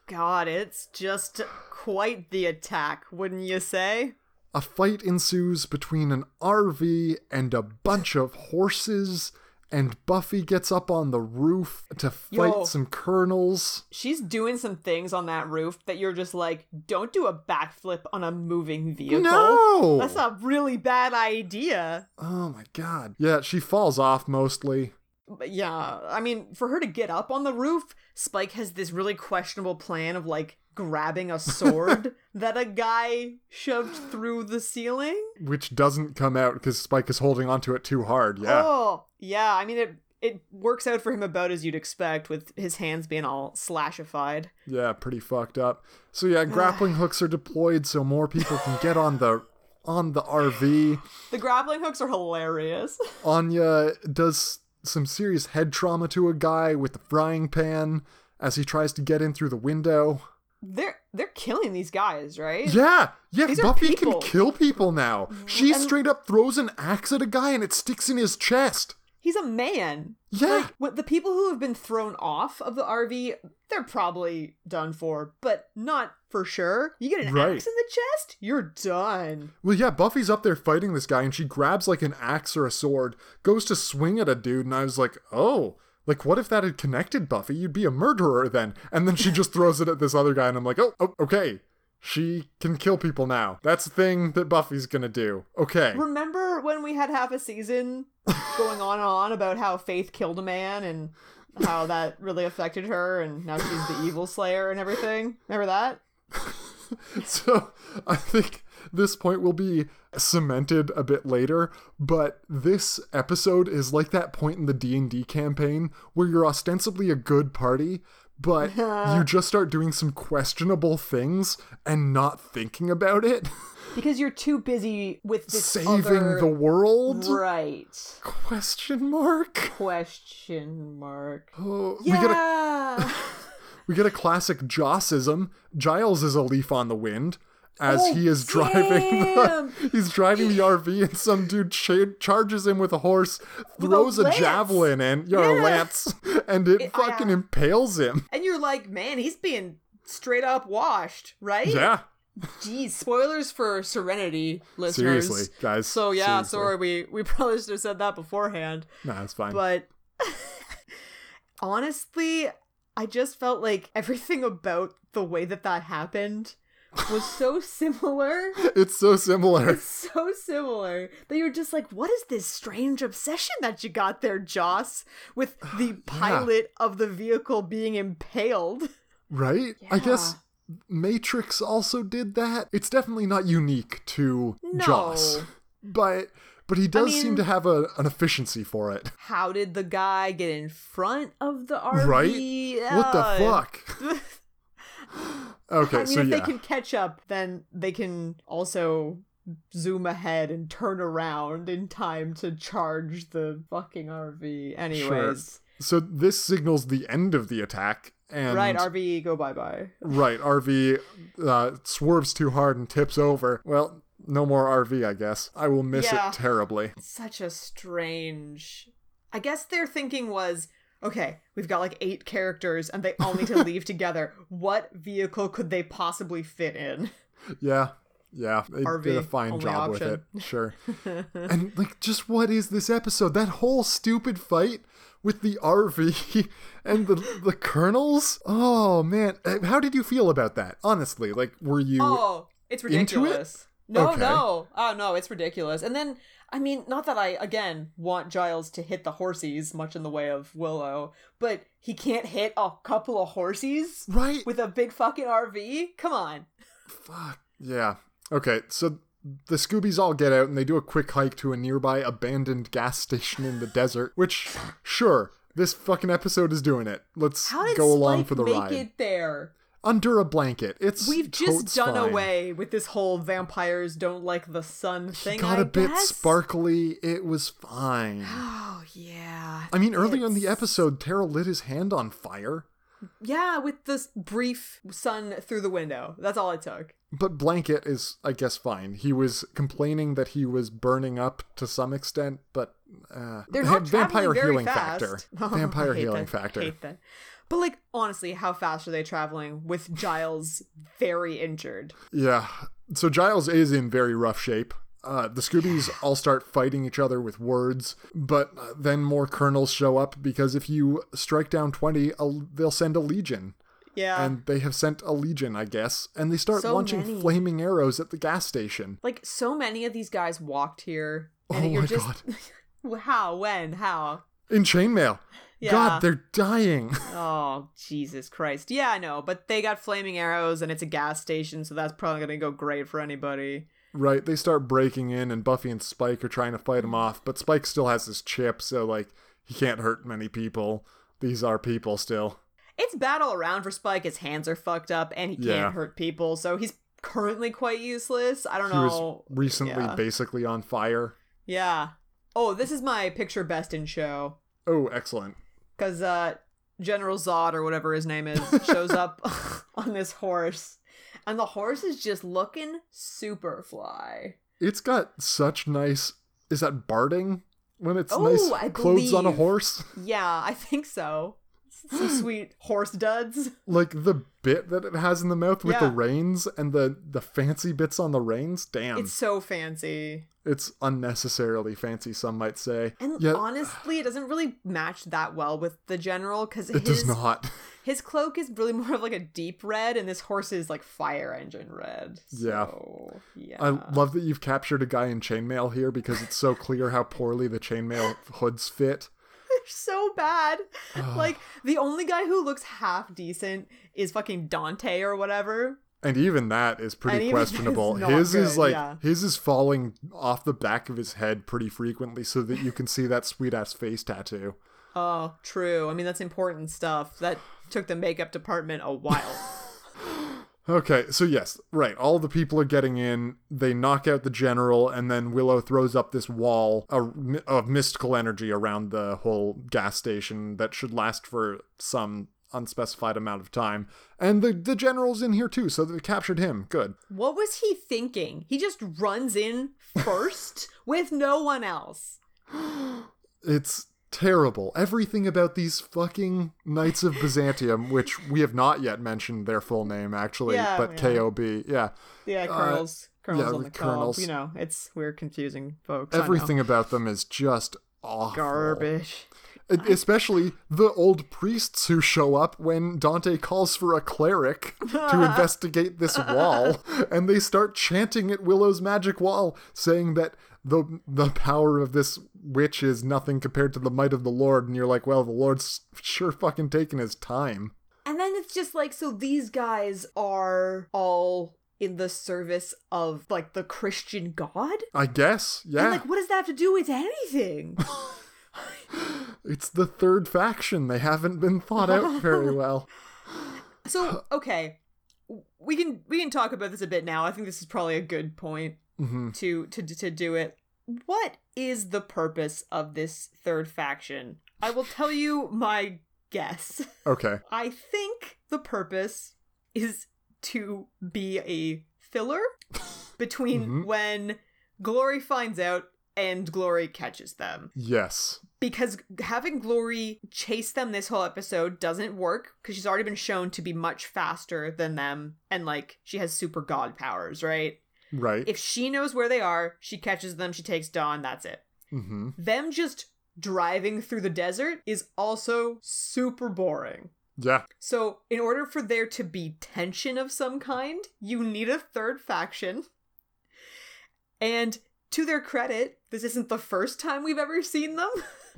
[SPEAKER 1] God, it's just quite the attack, wouldn't you say?
[SPEAKER 2] A fight ensues between an RV and a bunch of horses, and Buffy gets up on the roof to fight
[SPEAKER 1] Yo.
[SPEAKER 2] some colonels.
[SPEAKER 1] She's doing some things on that roof that you're just like, don't do a backflip on a moving vehicle.
[SPEAKER 2] No!
[SPEAKER 1] That's a really bad idea.
[SPEAKER 2] Oh my god. Yeah, she falls off mostly.
[SPEAKER 1] But yeah, I mean, for her to get up on the roof, Spike has this really questionable plan of like grabbing
[SPEAKER 2] <laughs>
[SPEAKER 1] a sword that a guy shoved through the ceiling.
[SPEAKER 2] Which doesn't come out because Spike is holding onto it too hard. Yeah.
[SPEAKER 1] Oh, yeah. I mean, it it works out for him about as you'd expect, with his hands being all slashified.
[SPEAKER 2] Yeah, pretty fucked up.
[SPEAKER 1] <sighs>
[SPEAKER 2] So yeah, grappling hooks are deployed so more people can get on the on the RV.
[SPEAKER 1] The grappling hooks are hilarious.
[SPEAKER 2] Anya does some serious head trauma to a guy with the frying pan as he tries to get in through the window.
[SPEAKER 1] They're they're killing these guys, right?
[SPEAKER 2] Yeah, yeah,
[SPEAKER 1] These are
[SPEAKER 2] Buffy
[SPEAKER 1] people. Mm.
[SPEAKER 2] can kill people now. She straight up throws an axe at a guy and it sticks in his chest.
[SPEAKER 1] He's a man.
[SPEAKER 2] Yeah.
[SPEAKER 1] Like, what the people who have been thrown off of the RV, they're probably done for, but not for sure. You get an
[SPEAKER 2] Right.
[SPEAKER 1] axe in the chest, you're done.
[SPEAKER 2] Well, yeah, Buffy's up there fighting this guy and she grabs like an axe or a sword, goes to swing at a dude, and I was like, oh. Like, what if that had connected Buffy? You'd be a murderer then. And then she just throws it at this other guy, and I'm like, oh, oh okay. She can kill people now. That's the thing that Buffy's gonna do. Okay.
[SPEAKER 1] Remember when we had half a
[SPEAKER 2] <laughs>
[SPEAKER 1] season going on and on about how Faith killed a man and how that really affected her and now she's
[SPEAKER 2] <laughs>
[SPEAKER 1] the evil slayer and everything? Remember that?
[SPEAKER 2] <laughs> So I think this point will be cemented a bit later, but this episode is like that point in the D&D campaign where you're ostensibly a good party,
[SPEAKER 1] <laughs>
[SPEAKER 2] but you just start doing some questionable things and not thinking about it, <laughs>
[SPEAKER 1] Because you're too busy with this
[SPEAKER 2] saving
[SPEAKER 1] other-
[SPEAKER 2] the world?
[SPEAKER 1] right
[SPEAKER 2] Question mark.
[SPEAKER 1] question mark. Ah!
[SPEAKER 2] Oh,
[SPEAKER 1] Yeah.
[SPEAKER 2] We get a we get a classic Jossism. Giles is a leaf on the wind as
[SPEAKER 1] Oh,
[SPEAKER 2] he is driving the,
[SPEAKER 1] damn.
[SPEAKER 2] <laughs> he's driving the RV and some dude cha- charges him with a horse, throws a,
[SPEAKER 1] lance.
[SPEAKER 2] javelin in, your
[SPEAKER 1] Yeah.
[SPEAKER 2] lance, and it,
[SPEAKER 1] It-
[SPEAKER 2] fucking
[SPEAKER 1] yeah.
[SPEAKER 2] impales him.
[SPEAKER 1] And you're like, man, he's being straight up washed, right?
[SPEAKER 2] Yeah.
[SPEAKER 1] Geez, spoilers for Serenity, listeners.
[SPEAKER 2] Seriously, guys,
[SPEAKER 1] So yeah,
[SPEAKER 2] seriously.
[SPEAKER 1] sorry, we we <laughs> probably should have said that beforehand.
[SPEAKER 2] Nah, that's fine.
[SPEAKER 1] But <laughs> honestly, I just felt like everything about the way that that happened was so <laughs> similar,
[SPEAKER 2] it's so similar.
[SPEAKER 1] so similar that you're just like, what is this strange obsession that you got there, Joss, with
[SPEAKER 2] <sighs>
[SPEAKER 1] the pilot of the vehicle being impaled?
[SPEAKER 2] Right? I guess Matrix also did that. It's definitely not unique to Joss.
[SPEAKER 1] No.
[SPEAKER 2] But but he does seem
[SPEAKER 1] mean-
[SPEAKER 2] to have a, an efficiency for it.
[SPEAKER 1] How did the guy get in front of the RV?
[SPEAKER 2] Right? What the
[SPEAKER 1] Yeah. <laughs>
[SPEAKER 2] fuck? okay,
[SPEAKER 1] I mean,
[SPEAKER 2] so
[SPEAKER 1] if
[SPEAKER 2] yeah.
[SPEAKER 1] they can catch up, then they can also zoom ahead and turn around in time to charge the fucking RV. Anyways,
[SPEAKER 2] So this signals the end of the attack, and
[SPEAKER 1] right, RV, go bye bye.
[SPEAKER 2] right, RV uh, swerves too hard and tips over. Well, no more RV, I guess. I will miss
[SPEAKER 1] Yeah.
[SPEAKER 2] it terribly.
[SPEAKER 1] Such a strange. I guess their thinking was. Okay, we've got like eight characters and they all need
[SPEAKER 2] <laughs>
[SPEAKER 1] to leave together. What vehicle could they possibly fit in?
[SPEAKER 2] Yeah, yeah, they
[SPEAKER 1] RV,
[SPEAKER 2] did a fine
[SPEAKER 1] only
[SPEAKER 2] job with it.
[SPEAKER 1] <laughs> option.
[SPEAKER 2] Sure. and like, just what is this episode? That whole stupid fight with the RV <laughs> and the the colonels. Oh man, Uh, how did you feel about that? Honestly, like, were you?
[SPEAKER 1] Oh, it's
[SPEAKER 2] into it?
[SPEAKER 1] ridiculous. No,
[SPEAKER 2] Okay.
[SPEAKER 1] no. Oh, no, it's ridiculous. And then, I mean, not that I, again, want Giles to hit the horsies, much in the way of Willow, but he can't hit a couple of horsies
[SPEAKER 2] Right.
[SPEAKER 1] with a big fucking RV? Come on.
[SPEAKER 2] Yeah. Okay, so the Scoobies all get out and they do a quick hike to a nearby abandoned gas station in the <laughs> desert, which, sure, this fucking episode is doing it. Let's
[SPEAKER 1] How did
[SPEAKER 2] go
[SPEAKER 1] Spike
[SPEAKER 2] along for the
[SPEAKER 1] make
[SPEAKER 2] ride.
[SPEAKER 1] it there?
[SPEAKER 2] Under a blanket. It's
[SPEAKER 1] We've
[SPEAKER 2] totes
[SPEAKER 1] just done
[SPEAKER 2] fine.
[SPEAKER 1] away with this whole vampires don't like the sun
[SPEAKER 2] He
[SPEAKER 1] thing.
[SPEAKER 2] got
[SPEAKER 1] a
[SPEAKER 2] a bit sparkly. It
[SPEAKER 1] <gasps>
[SPEAKER 2] was fine.
[SPEAKER 1] Oh yeah,
[SPEAKER 2] I mean, earlier in the e- episode, Terrell lit his hand on fire,
[SPEAKER 1] yeah, with this brief sun through the window. That's all it took.
[SPEAKER 2] but blanket is, I guess, fine. He was complaining that he was burning up to some extent, but uh,
[SPEAKER 1] They're not
[SPEAKER 2] vampire
[SPEAKER 1] traveling very
[SPEAKER 2] healing
[SPEAKER 1] fast.
[SPEAKER 2] factor.
[SPEAKER 1] <laughs> Oh, I
[SPEAKER 2] vampire
[SPEAKER 1] hate
[SPEAKER 2] healing
[SPEAKER 1] that. I
[SPEAKER 2] factor.
[SPEAKER 1] hate that. But like honestly, how fast are they traveling with Giles very injured?
[SPEAKER 2] Yeah. So Giles is in very rough shape. Uh, the Scoobies all start fighting each other with words, but uh, then more colonels show up because if you strike down 20, a, they'll send a legion.
[SPEAKER 1] Yeah.
[SPEAKER 2] And they have sent a legion, I guess, and they start
[SPEAKER 1] Uh. So
[SPEAKER 2] launching
[SPEAKER 1] many.
[SPEAKER 2] flaming arrows at the gas station.
[SPEAKER 1] like so many of these guys walked here and
[SPEAKER 2] Oh
[SPEAKER 1] you're
[SPEAKER 2] my
[SPEAKER 1] just <laughs> how when how
[SPEAKER 2] In chainmail.
[SPEAKER 1] Yeah.
[SPEAKER 2] God, they're dying.
[SPEAKER 1] Oh, Jesus Christ. Yeah, I know, but they got flaming arrows and it's a gas station, so that's probably going to go great for anybody.
[SPEAKER 2] right, they start breaking in, and Buffy and Spike are trying to fight him off, but Spike still has his chip, so, like, he can't hurt many people. These are people still.
[SPEAKER 1] It's bad all around for Spike. His hands are fucked up and he
[SPEAKER 2] Yeah.
[SPEAKER 1] can't hurt people, so he's currently quite useless. I don't
[SPEAKER 2] He was
[SPEAKER 1] know.
[SPEAKER 2] recently
[SPEAKER 1] Yeah.
[SPEAKER 2] basically on fire.
[SPEAKER 1] yeah. Oh, this is my picture best in show.
[SPEAKER 2] Oh, excellent.
[SPEAKER 1] Because uh, General Zod, or whatever his
[SPEAKER 2] <laughs>
[SPEAKER 1] name is, shows up <laughs> on this horse. And the horse is just looking super fly.
[SPEAKER 2] It's got such nice. Is that barding? When it's
[SPEAKER 1] Oh,
[SPEAKER 2] nice
[SPEAKER 1] I
[SPEAKER 2] clothes on a
[SPEAKER 1] believe.
[SPEAKER 2] horse? <laughs>
[SPEAKER 1] Yeah, I think so.
[SPEAKER 2] <gasps>
[SPEAKER 1] So sweet horse duds.
[SPEAKER 2] Like the bit that it has in the mouth with the
[SPEAKER 1] Yeah.
[SPEAKER 2] reins and the, the fancy bits on the reins? Damn.
[SPEAKER 1] It's
[SPEAKER 2] It's,
[SPEAKER 1] so fancy.
[SPEAKER 2] unnecessarily fancy, some might say.
[SPEAKER 1] And
[SPEAKER 2] Yet-
[SPEAKER 1] honestly, it doesn't really match that well with the general because
[SPEAKER 2] it does
[SPEAKER 1] his
[SPEAKER 2] not.
[SPEAKER 1] his cloak is really <laughs> more of like a deep red, and this horse is like fire engine red.
[SPEAKER 2] Yeah.
[SPEAKER 1] So, yeah.
[SPEAKER 2] I love that you've captured a guy in chainmail here because it's so clear how poorly the chainmail hoods fit.
[SPEAKER 1] so bad. like the only guy who looks half decent is fucking Dante or whatever.
[SPEAKER 2] And even that is
[SPEAKER 1] And
[SPEAKER 2] pretty
[SPEAKER 1] even <laughs> that is
[SPEAKER 2] questionable.
[SPEAKER 1] not
[SPEAKER 2] his is
[SPEAKER 1] good,
[SPEAKER 2] like
[SPEAKER 1] yeah.
[SPEAKER 2] his is falling off the back of his head pretty frequently so that you can see that sweet ass face tattoo.
[SPEAKER 1] Oh, true. I mean, that's important stuff. That took the makeup department a while.
[SPEAKER 2] <laughs> Okay, so yes, right. All the people are getting in. They knock out the general, and then Willow throws up this wall of of mystical energy around the whole gas station that should last for some unspecified amount of time. And the, the general's in here too, so they captured him. Good.
[SPEAKER 1] what was he thinking? He just runs in
[SPEAKER 2] <laughs>
[SPEAKER 1] first with no one else.
[SPEAKER 2] It's terrible. Everything about these fucking Knights of Byzantium, which we have not yet mentioned their full name actually,
[SPEAKER 1] Yeah,
[SPEAKER 2] but
[SPEAKER 1] yeah.
[SPEAKER 2] KOB, yeah.
[SPEAKER 1] Yeah, colonels. colonels
[SPEAKER 2] Uh, yeah,
[SPEAKER 1] on
[SPEAKER 2] the
[SPEAKER 1] the
[SPEAKER 2] colonels.
[SPEAKER 1] colonels. You know, it's we're confusing folks. I know.
[SPEAKER 2] Everything about them is just awful.
[SPEAKER 1] garbage.
[SPEAKER 2] E- Especially the old priests who show up when Dante calls for a cleric to investigate this wall, and they start chanting at Willow's magic wall, saying that the the power of this witch is nothing compared to the might of the Lord. And you're like, well, the Lord's sure fucking taking his time.
[SPEAKER 1] And then it's just like so these guys are all in the service of like the Christian God?
[SPEAKER 2] I guess, yeah.
[SPEAKER 1] And like what does that have to do with anything?
[SPEAKER 2] it's the third faction. They haven't been thought out very well.
[SPEAKER 1] so, okay. We can we can talk about this a bit now. I think this is probably a good point to to to do it. What is the purpose of this third faction? I will tell you my guess. <laughs>
[SPEAKER 2] Okay.
[SPEAKER 1] I think the purpose is to be a filler between when Glory finds out and Glory catches them.
[SPEAKER 2] Yes.
[SPEAKER 1] Because having Glory chase them this whole episode doesn't work because she's already been shown to be much faster than them and like she has super god powers, right?
[SPEAKER 2] Right.
[SPEAKER 1] If she knows where they are, she catches them, she takes Dawn, that's it.
[SPEAKER 2] mm-hmm.
[SPEAKER 1] Them just driving through the desert is also super boring.
[SPEAKER 2] Yeah.
[SPEAKER 1] So, in order for there to be tension of some kind, you need a third faction. And to their credit, this isn't the first time we've ever seen them.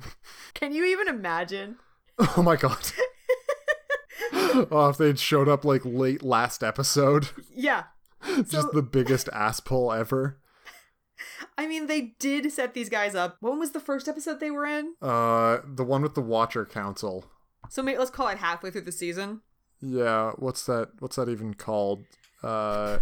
[SPEAKER 1] <laughs> Can you even imagine?
[SPEAKER 2] <laughs> Oh
[SPEAKER 1] <laughs>
[SPEAKER 2] my god. oh, if they'd showed up like late last episode,
[SPEAKER 1] Yeah. <laughs> So,
[SPEAKER 2] just the biggest ass pull ever.
[SPEAKER 1] I mean, they did set these guys up. When was the first episode they were in?
[SPEAKER 2] Uh, the one with the Watcher Council.
[SPEAKER 1] So, maybe let's call it halfway through the season.
[SPEAKER 2] Yeah, what's that? What's that even called? Uh,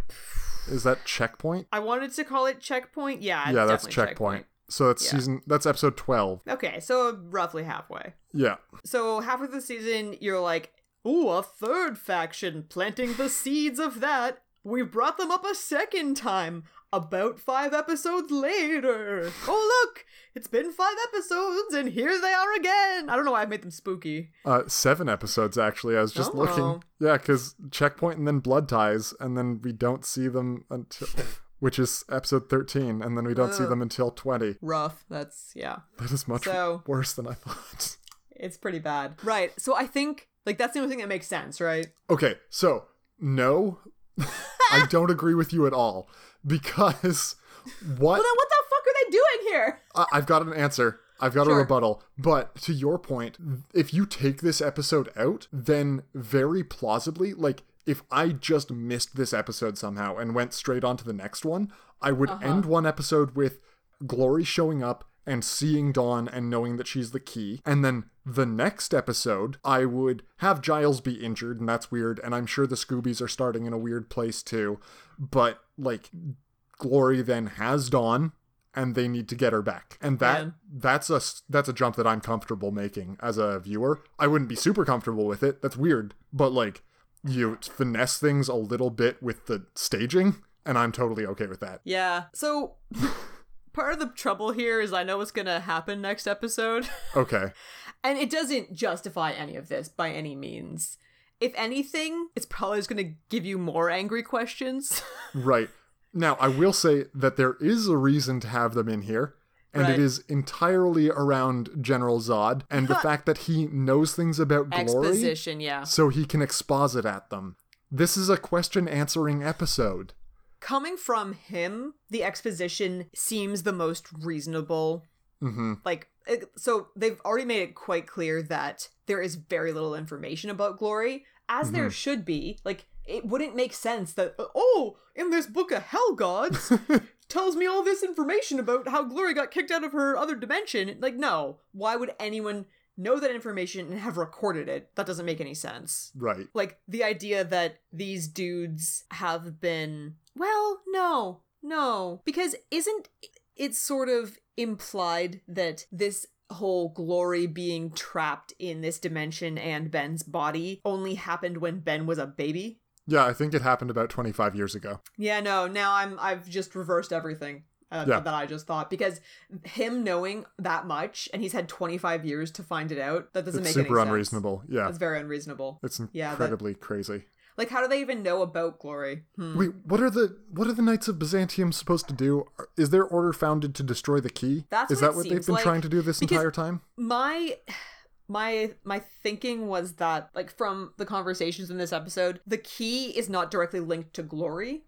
[SPEAKER 2] is that checkpoint?
[SPEAKER 1] I wanted to call it Checkpoint. Yeah. it's
[SPEAKER 2] yeah, that's
[SPEAKER 1] definitely
[SPEAKER 2] checkpoint. So that's season. That's episode twelve.
[SPEAKER 1] Okay, so roughly halfway.
[SPEAKER 2] Yeah,
[SPEAKER 1] So halfway through the season, you're like, ooh, a third faction planting the seeds of that. We brought them up a second time, about five episodes later. Oh, look, it's been five episodes, and here they are again. I don't know why I made them spooky.
[SPEAKER 2] uh, seven episodes actually. I was just
[SPEAKER 1] Oh.
[SPEAKER 2] looking. Yeah, because checkpoint and then blood ties, and then we don't see them until, which is episode thirteen, and then we don't see them until twenty.
[SPEAKER 1] Rough, that's, yeah.
[SPEAKER 2] That is much
[SPEAKER 1] So-
[SPEAKER 2] worse than I thought.
[SPEAKER 1] It's pretty bad. Right, so I think, like, that's the only thing that makes sense, right?
[SPEAKER 2] Okay, so
[SPEAKER 1] <laughs>
[SPEAKER 2] no, I don't agree with you at all because what?
[SPEAKER 1] But then what the fuck are they doing here?
[SPEAKER 2] I- I've got an answer. I've got
[SPEAKER 1] Sure.
[SPEAKER 2] a rebuttal. But to your point, if you take this episode out, then very plausibly, like if I just missed this episode somehow and went straight on to the next one, I would end one episode with Glory showing up and seeing Dawn and knowing that she's the key. And then the next episode, I would have Giles be injured, and that's weird. And I'm sure the Scoobies are starting in a weird place too. But like, Glory then has Dawn and they need to get her back. And that
[SPEAKER 1] Man.
[SPEAKER 2] that's a s- that's a jump that I'm comfortable making as a viewer. I wouldn't be super comfortable with it. That's weird, but like you finesse things a little bit with the staging and I'm totally okay with that.
[SPEAKER 1] Yeah, so <laughs> part of the trouble here is I know what's gonna happen next episode. <laughs>
[SPEAKER 2] Okay.
[SPEAKER 1] And it doesn't justify any of this by any means. If anything, it's probably just going to give you more angry questions.
[SPEAKER 2] Right. Now, I will say that there is a reason to have them in here, and
[SPEAKER 1] Right.
[SPEAKER 2] it is entirely around General Zod and the fact that he knows things about glory.
[SPEAKER 1] Exposition, yeah.
[SPEAKER 2] so he can exposit at them. This is a question answering episode.
[SPEAKER 1] Coming from him, the exposition seems the most reasonable.
[SPEAKER 2] hmm
[SPEAKER 1] Like, it- so they've already made it quite clear that there is very little information about Glory, as there should be. Like, it wouldn't make sense that, oh, in this book of Hell Gods, tells me all this information about how Glory got kicked out of her other dimension. Like, no. Why would anyone know that information and have recorded it? That doesn't make any sense.
[SPEAKER 2] Right.
[SPEAKER 1] Like, the idea that these dudes have been. Well, no, no. Because isn't it sort of implied that this whole glory being trapped in this dimension and Ben's body only happened when Ben was a baby?
[SPEAKER 2] Yeah, I think it happened about 25 years ago.
[SPEAKER 1] Yeah, no. Now I'm I've just reversed everything uh,
[SPEAKER 2] Yeah.
[SPEAKER 1] that I just thought because him knowing that much and he's had 25 years to find it out that doesn't
[SPEAKER 2] It's
[SPEAKER 1] make
[SPEAKER 2] super
[SPEAKER 1] any sense.
[SPEAKER 2] unreasonable. Yeah.
[SPEAKER 1] That's very unreasonable.
[SPEAKER 2] it's
[SPEAKER 1] yeah, that-
[SPEAKER 2] incredibly crazy.
[SPEAKER 1] Like, how do they even know about Glory? Hmm.
[SPEAKER 2] Wait, what are the what are the Knights of Byzantium supposed to do? Are- Is their order founded to destroy the key?
[SPEAKER 1] That's what
[SPEAKER 2] is that
[SPEAKER 1] it
[SPEAKER 2] what
[SPEAKER 1] seems
[SPEAKER 2] they've been
[SPEAKER 1] like,
[SPEAKER 2] trying to do this
[SPEAKER 1] because-
[SPEAKER 2] entire time?
[SPEAKER 1] my my my thinking was that like from the conversations in this episode the key is not directly linked to glory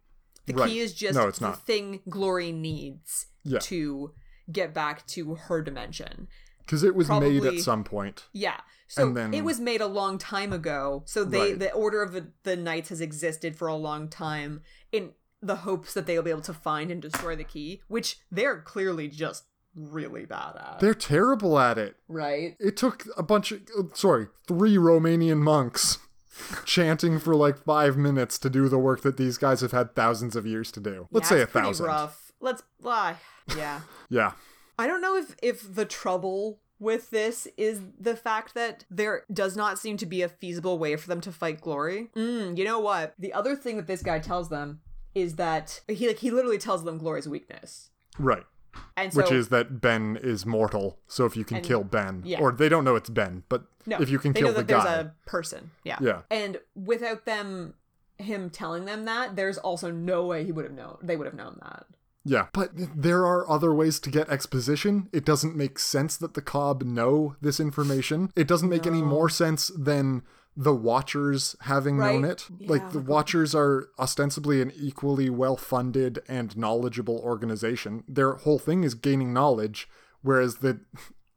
[SPEAKER 1] the
[SPEAKER 2] Right.
[SPEAKER 1] key is just
[SPEAKER 2] No, it's
[SPEAKER 1] the
[SPEAKER 2] not.
[SPEAKER 1] thing glory needs
[SPEAKER 2] Yeah.
[SPEAKER 1] to get back to her dimension
[SPEAKER 2] Because it was made
[SPEAKER 1] probably-
[SPEAKER 2] at some point.
[SPEAKER 1] yeah so
[SPEAKER 2] And then-
[SPEAKER 1] it was made a long time ago so they
[SPEAKER 2] Right.
[SPEAKER 1] the order of the, the knights has existed for a long time in the hopes that they'll be able to find and destroy the key which they're clearly just really bad at
[SPEAKER 2] They're terrible at it.
[SPEAKER 1] right
[SPEAKER 2] It took a bunch of uh, sorry, three Romanian monks chanting for like five minutes to do the work that these guys have had thousands of years to do. Let's
[SPEAKER 1] Yeah,
[SPEAKER 2] say a
[SPEAKER 1] it's pretty
[SPEAKER 2] thousand.
[SPEAKER 1] rough let's ah, yeah <laughs>
[SPEAKER 2] Yeah.
[SPEAKER 1] I don't know if if the trouble with this is the fact that there does not seem to be a feasible way for them to fight glory. Mm, you know what? The other thing that this guy tells them is that he like he literally tells them glory's weakness.
[SPEAKER 2] Right.
[SPEAKER 1] And so
[SPEAKER 2] Which is that Ben is mortal, so if you can kill Ben,
[SPEAKER 1] yeah.
[SPEAKER 2] or they don't know it's Ben, but
[SPEAKER 1] no,
[SPEAKER 2] if you can
[SPEAKER 1] they
[SPEAKER 2] kill
[SPEAKER 1] know
[SPEAKER 2] the
[SPEAKER 1] that
[SPEAKER 2] guy,
[SPEAKER 1] there's a person. Yeah.
[SPEAKER 2] Yeah.
[SPEAKER 1] And without them him telling them that, there's also no way he would have known they would have known that.
[SPEAKER 2] Yeah. But there are other ways to get exposition. It doesn't make sense that the Cobb know this information. It doesn't make any more sense than the Watchers having known
[SPEAKER 1] Right.
[SPEAKER 2] it. Like, the Watchers are ostensibly an equally well funded and knowledgeable organization. Their whole thing is gaining knowledge, whereas the,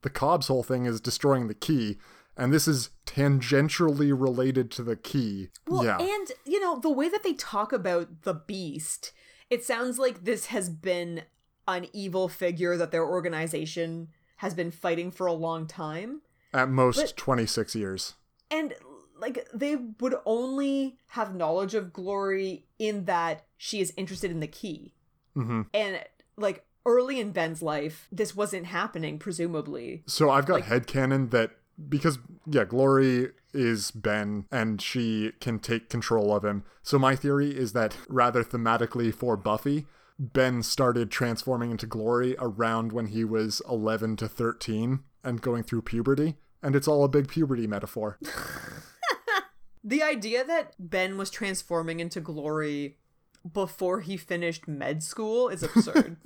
[SPEAKER 2] the Cobb's whole thing is destroying the key. And this is tangentially related to the key.
[SPEAKER 1] Well,
[SPEAKER 2] yeah.
[SPEAKER 1] and you know the way that they talk about the beast, it sounds like this has been an evil figure that their organization has been fighting for a long time,
[SPEAKER 2] At most
[SPEAKER 1] but-
[SPEAKER 2] 26 years.
[SPEAKER 1] and like they would only have knowledge of Glory in that she is interested in the key,
[SPEAKER 2] hmm
[SPEAKER 1] and like early in Ben's life, this wasn't happening. Presumably,
[SPEAKER 2] So I've got headcanon that because yeah, Glory is Ben and she can take control of him. So my theory is that rather thematically for Buffy, Ben started transforming into Glory around when he was 11 to 13 and going through puberty, and it's all a big
[SPEAKER 1] <laughs>
[SPEAKER 2] puberty metaphor.
[SPEAKER 1] The idea that Ben was transforming into glory before he finished med school is absurd.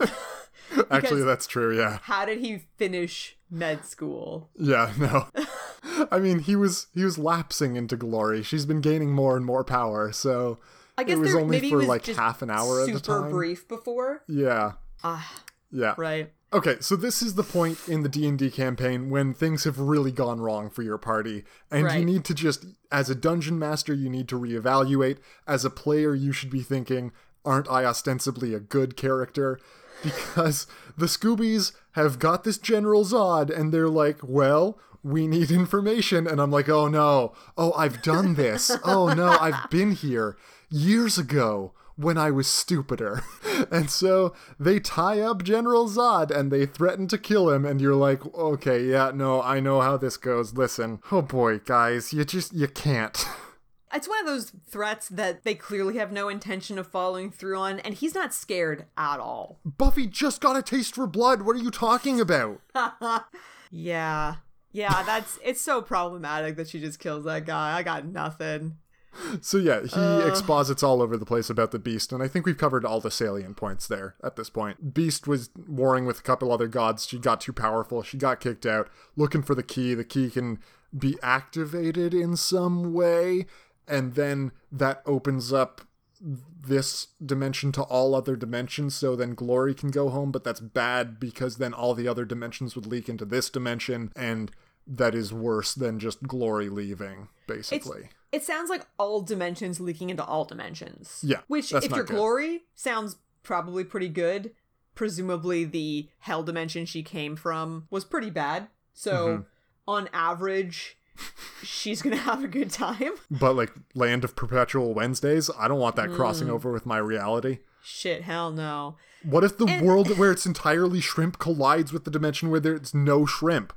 [SPEAKER 2] Actually,
[SPEAKER 1] Because-
[SPEAKER 2] that's true, yeah.
[SPEAKER 1] How did he finish med school?
[SPEAKER 2] Yeah, no. <laughs> I mean, he was he was lapsing into glory. She's been gaining more and more power, so
[SPEAKER 1] I guess
[SPEAKER 2] it was
[SPEAKER 1] there,
[SPEAKER 2] only
[SPEAKER 1] maybe
[SPEAKER 2] for
[SPEAKER 1] it was
[SPEAKER 2] like
[SPEAKER 1] just
[SPEAKER 2] half an hour at
[SPEAKER 1] super
[SPEAKER 2] the time.
[SPEAKER 1] brief before.
[SPEAKER 2] Yeah.
[SPEAKER 1] Ah,
[SPEAKER 2] Yeah.
[SPEAKER 1] right.
[SPEAKER 2] Okay, so this is the point in the D&D campaign when things have really gone wrong for your party and you
[SPEAKER 1] Right.
[SPEAKER 2] need to just as a dungeon master you need to reevaluate as a player you should be thinking aren't I ostensibly a good character because <laughs> the Scoobies have got this General Zod and they're like, "Well, we need <laughs> information." And I'm like, "Oh no. Oh, I've done this. Oh no, I've been here years ago." when I was stupider. <laughs> and so they tie up General Zod and they threaten to kill him and you're like, "Okay, yeah, no, I know how this goes. Listen. Oh boy, guys, you just you can't." <laughs>
[SPEAKER 1] It's one of those threats that they clearly have no intention of following through on, and he's not scared at all.
[SPEAKER 2] Buffy just got a taste for blood. What are you talking about?
[SPEAKER 1] Yeah. Yeah, that's it's so problematic that she just kills that guy. I got nothing.
[SPEAKER 2] So yeah, he exposits all over the place about the beast, and I think we've covered all the salient points there at this point. Beast was warring with a couple other gods. She got too powerful. She got kicked out. Looking for the key. The key can be activated in some way, and then that opens up this dimension to all other dimensions so then glory can go home but that's bad because then all the other dimensions would leak into this dimension and that is worse than just glory leaving basically
[SPEAKER 1] It sounds like all dimensions leaking into all dimensions.
[SPEAKER 2] Yeah,
[SPEAKER 1] Which,
[SPEAKER 2] that's
[SPEAKER 1] if
[SPEAKER 2] not
[SPEAKER 1] you're
[SPEAKER 2] good.
[SPEAKER 1] glory, sounds probably pretty good. Presumably, the hell dimension she came from was pretty bad. So,
[SPEAKER 2] Mm-hmm.
[SPEAKER 1] on average, <laughs> she's going to have a good time. <laughs>
[SPEAKER 2] But like Land of Perpetual Wednesdays, I don't want that crossing
[SPEAKER 1] Mm.
[SPEAKER 2] over with my reality.
[SPEAKER 1] Shit, hell no.
[SPEAKER 2] What if the world where it's entirely shrimp collides with the dimension where there's no shrimp?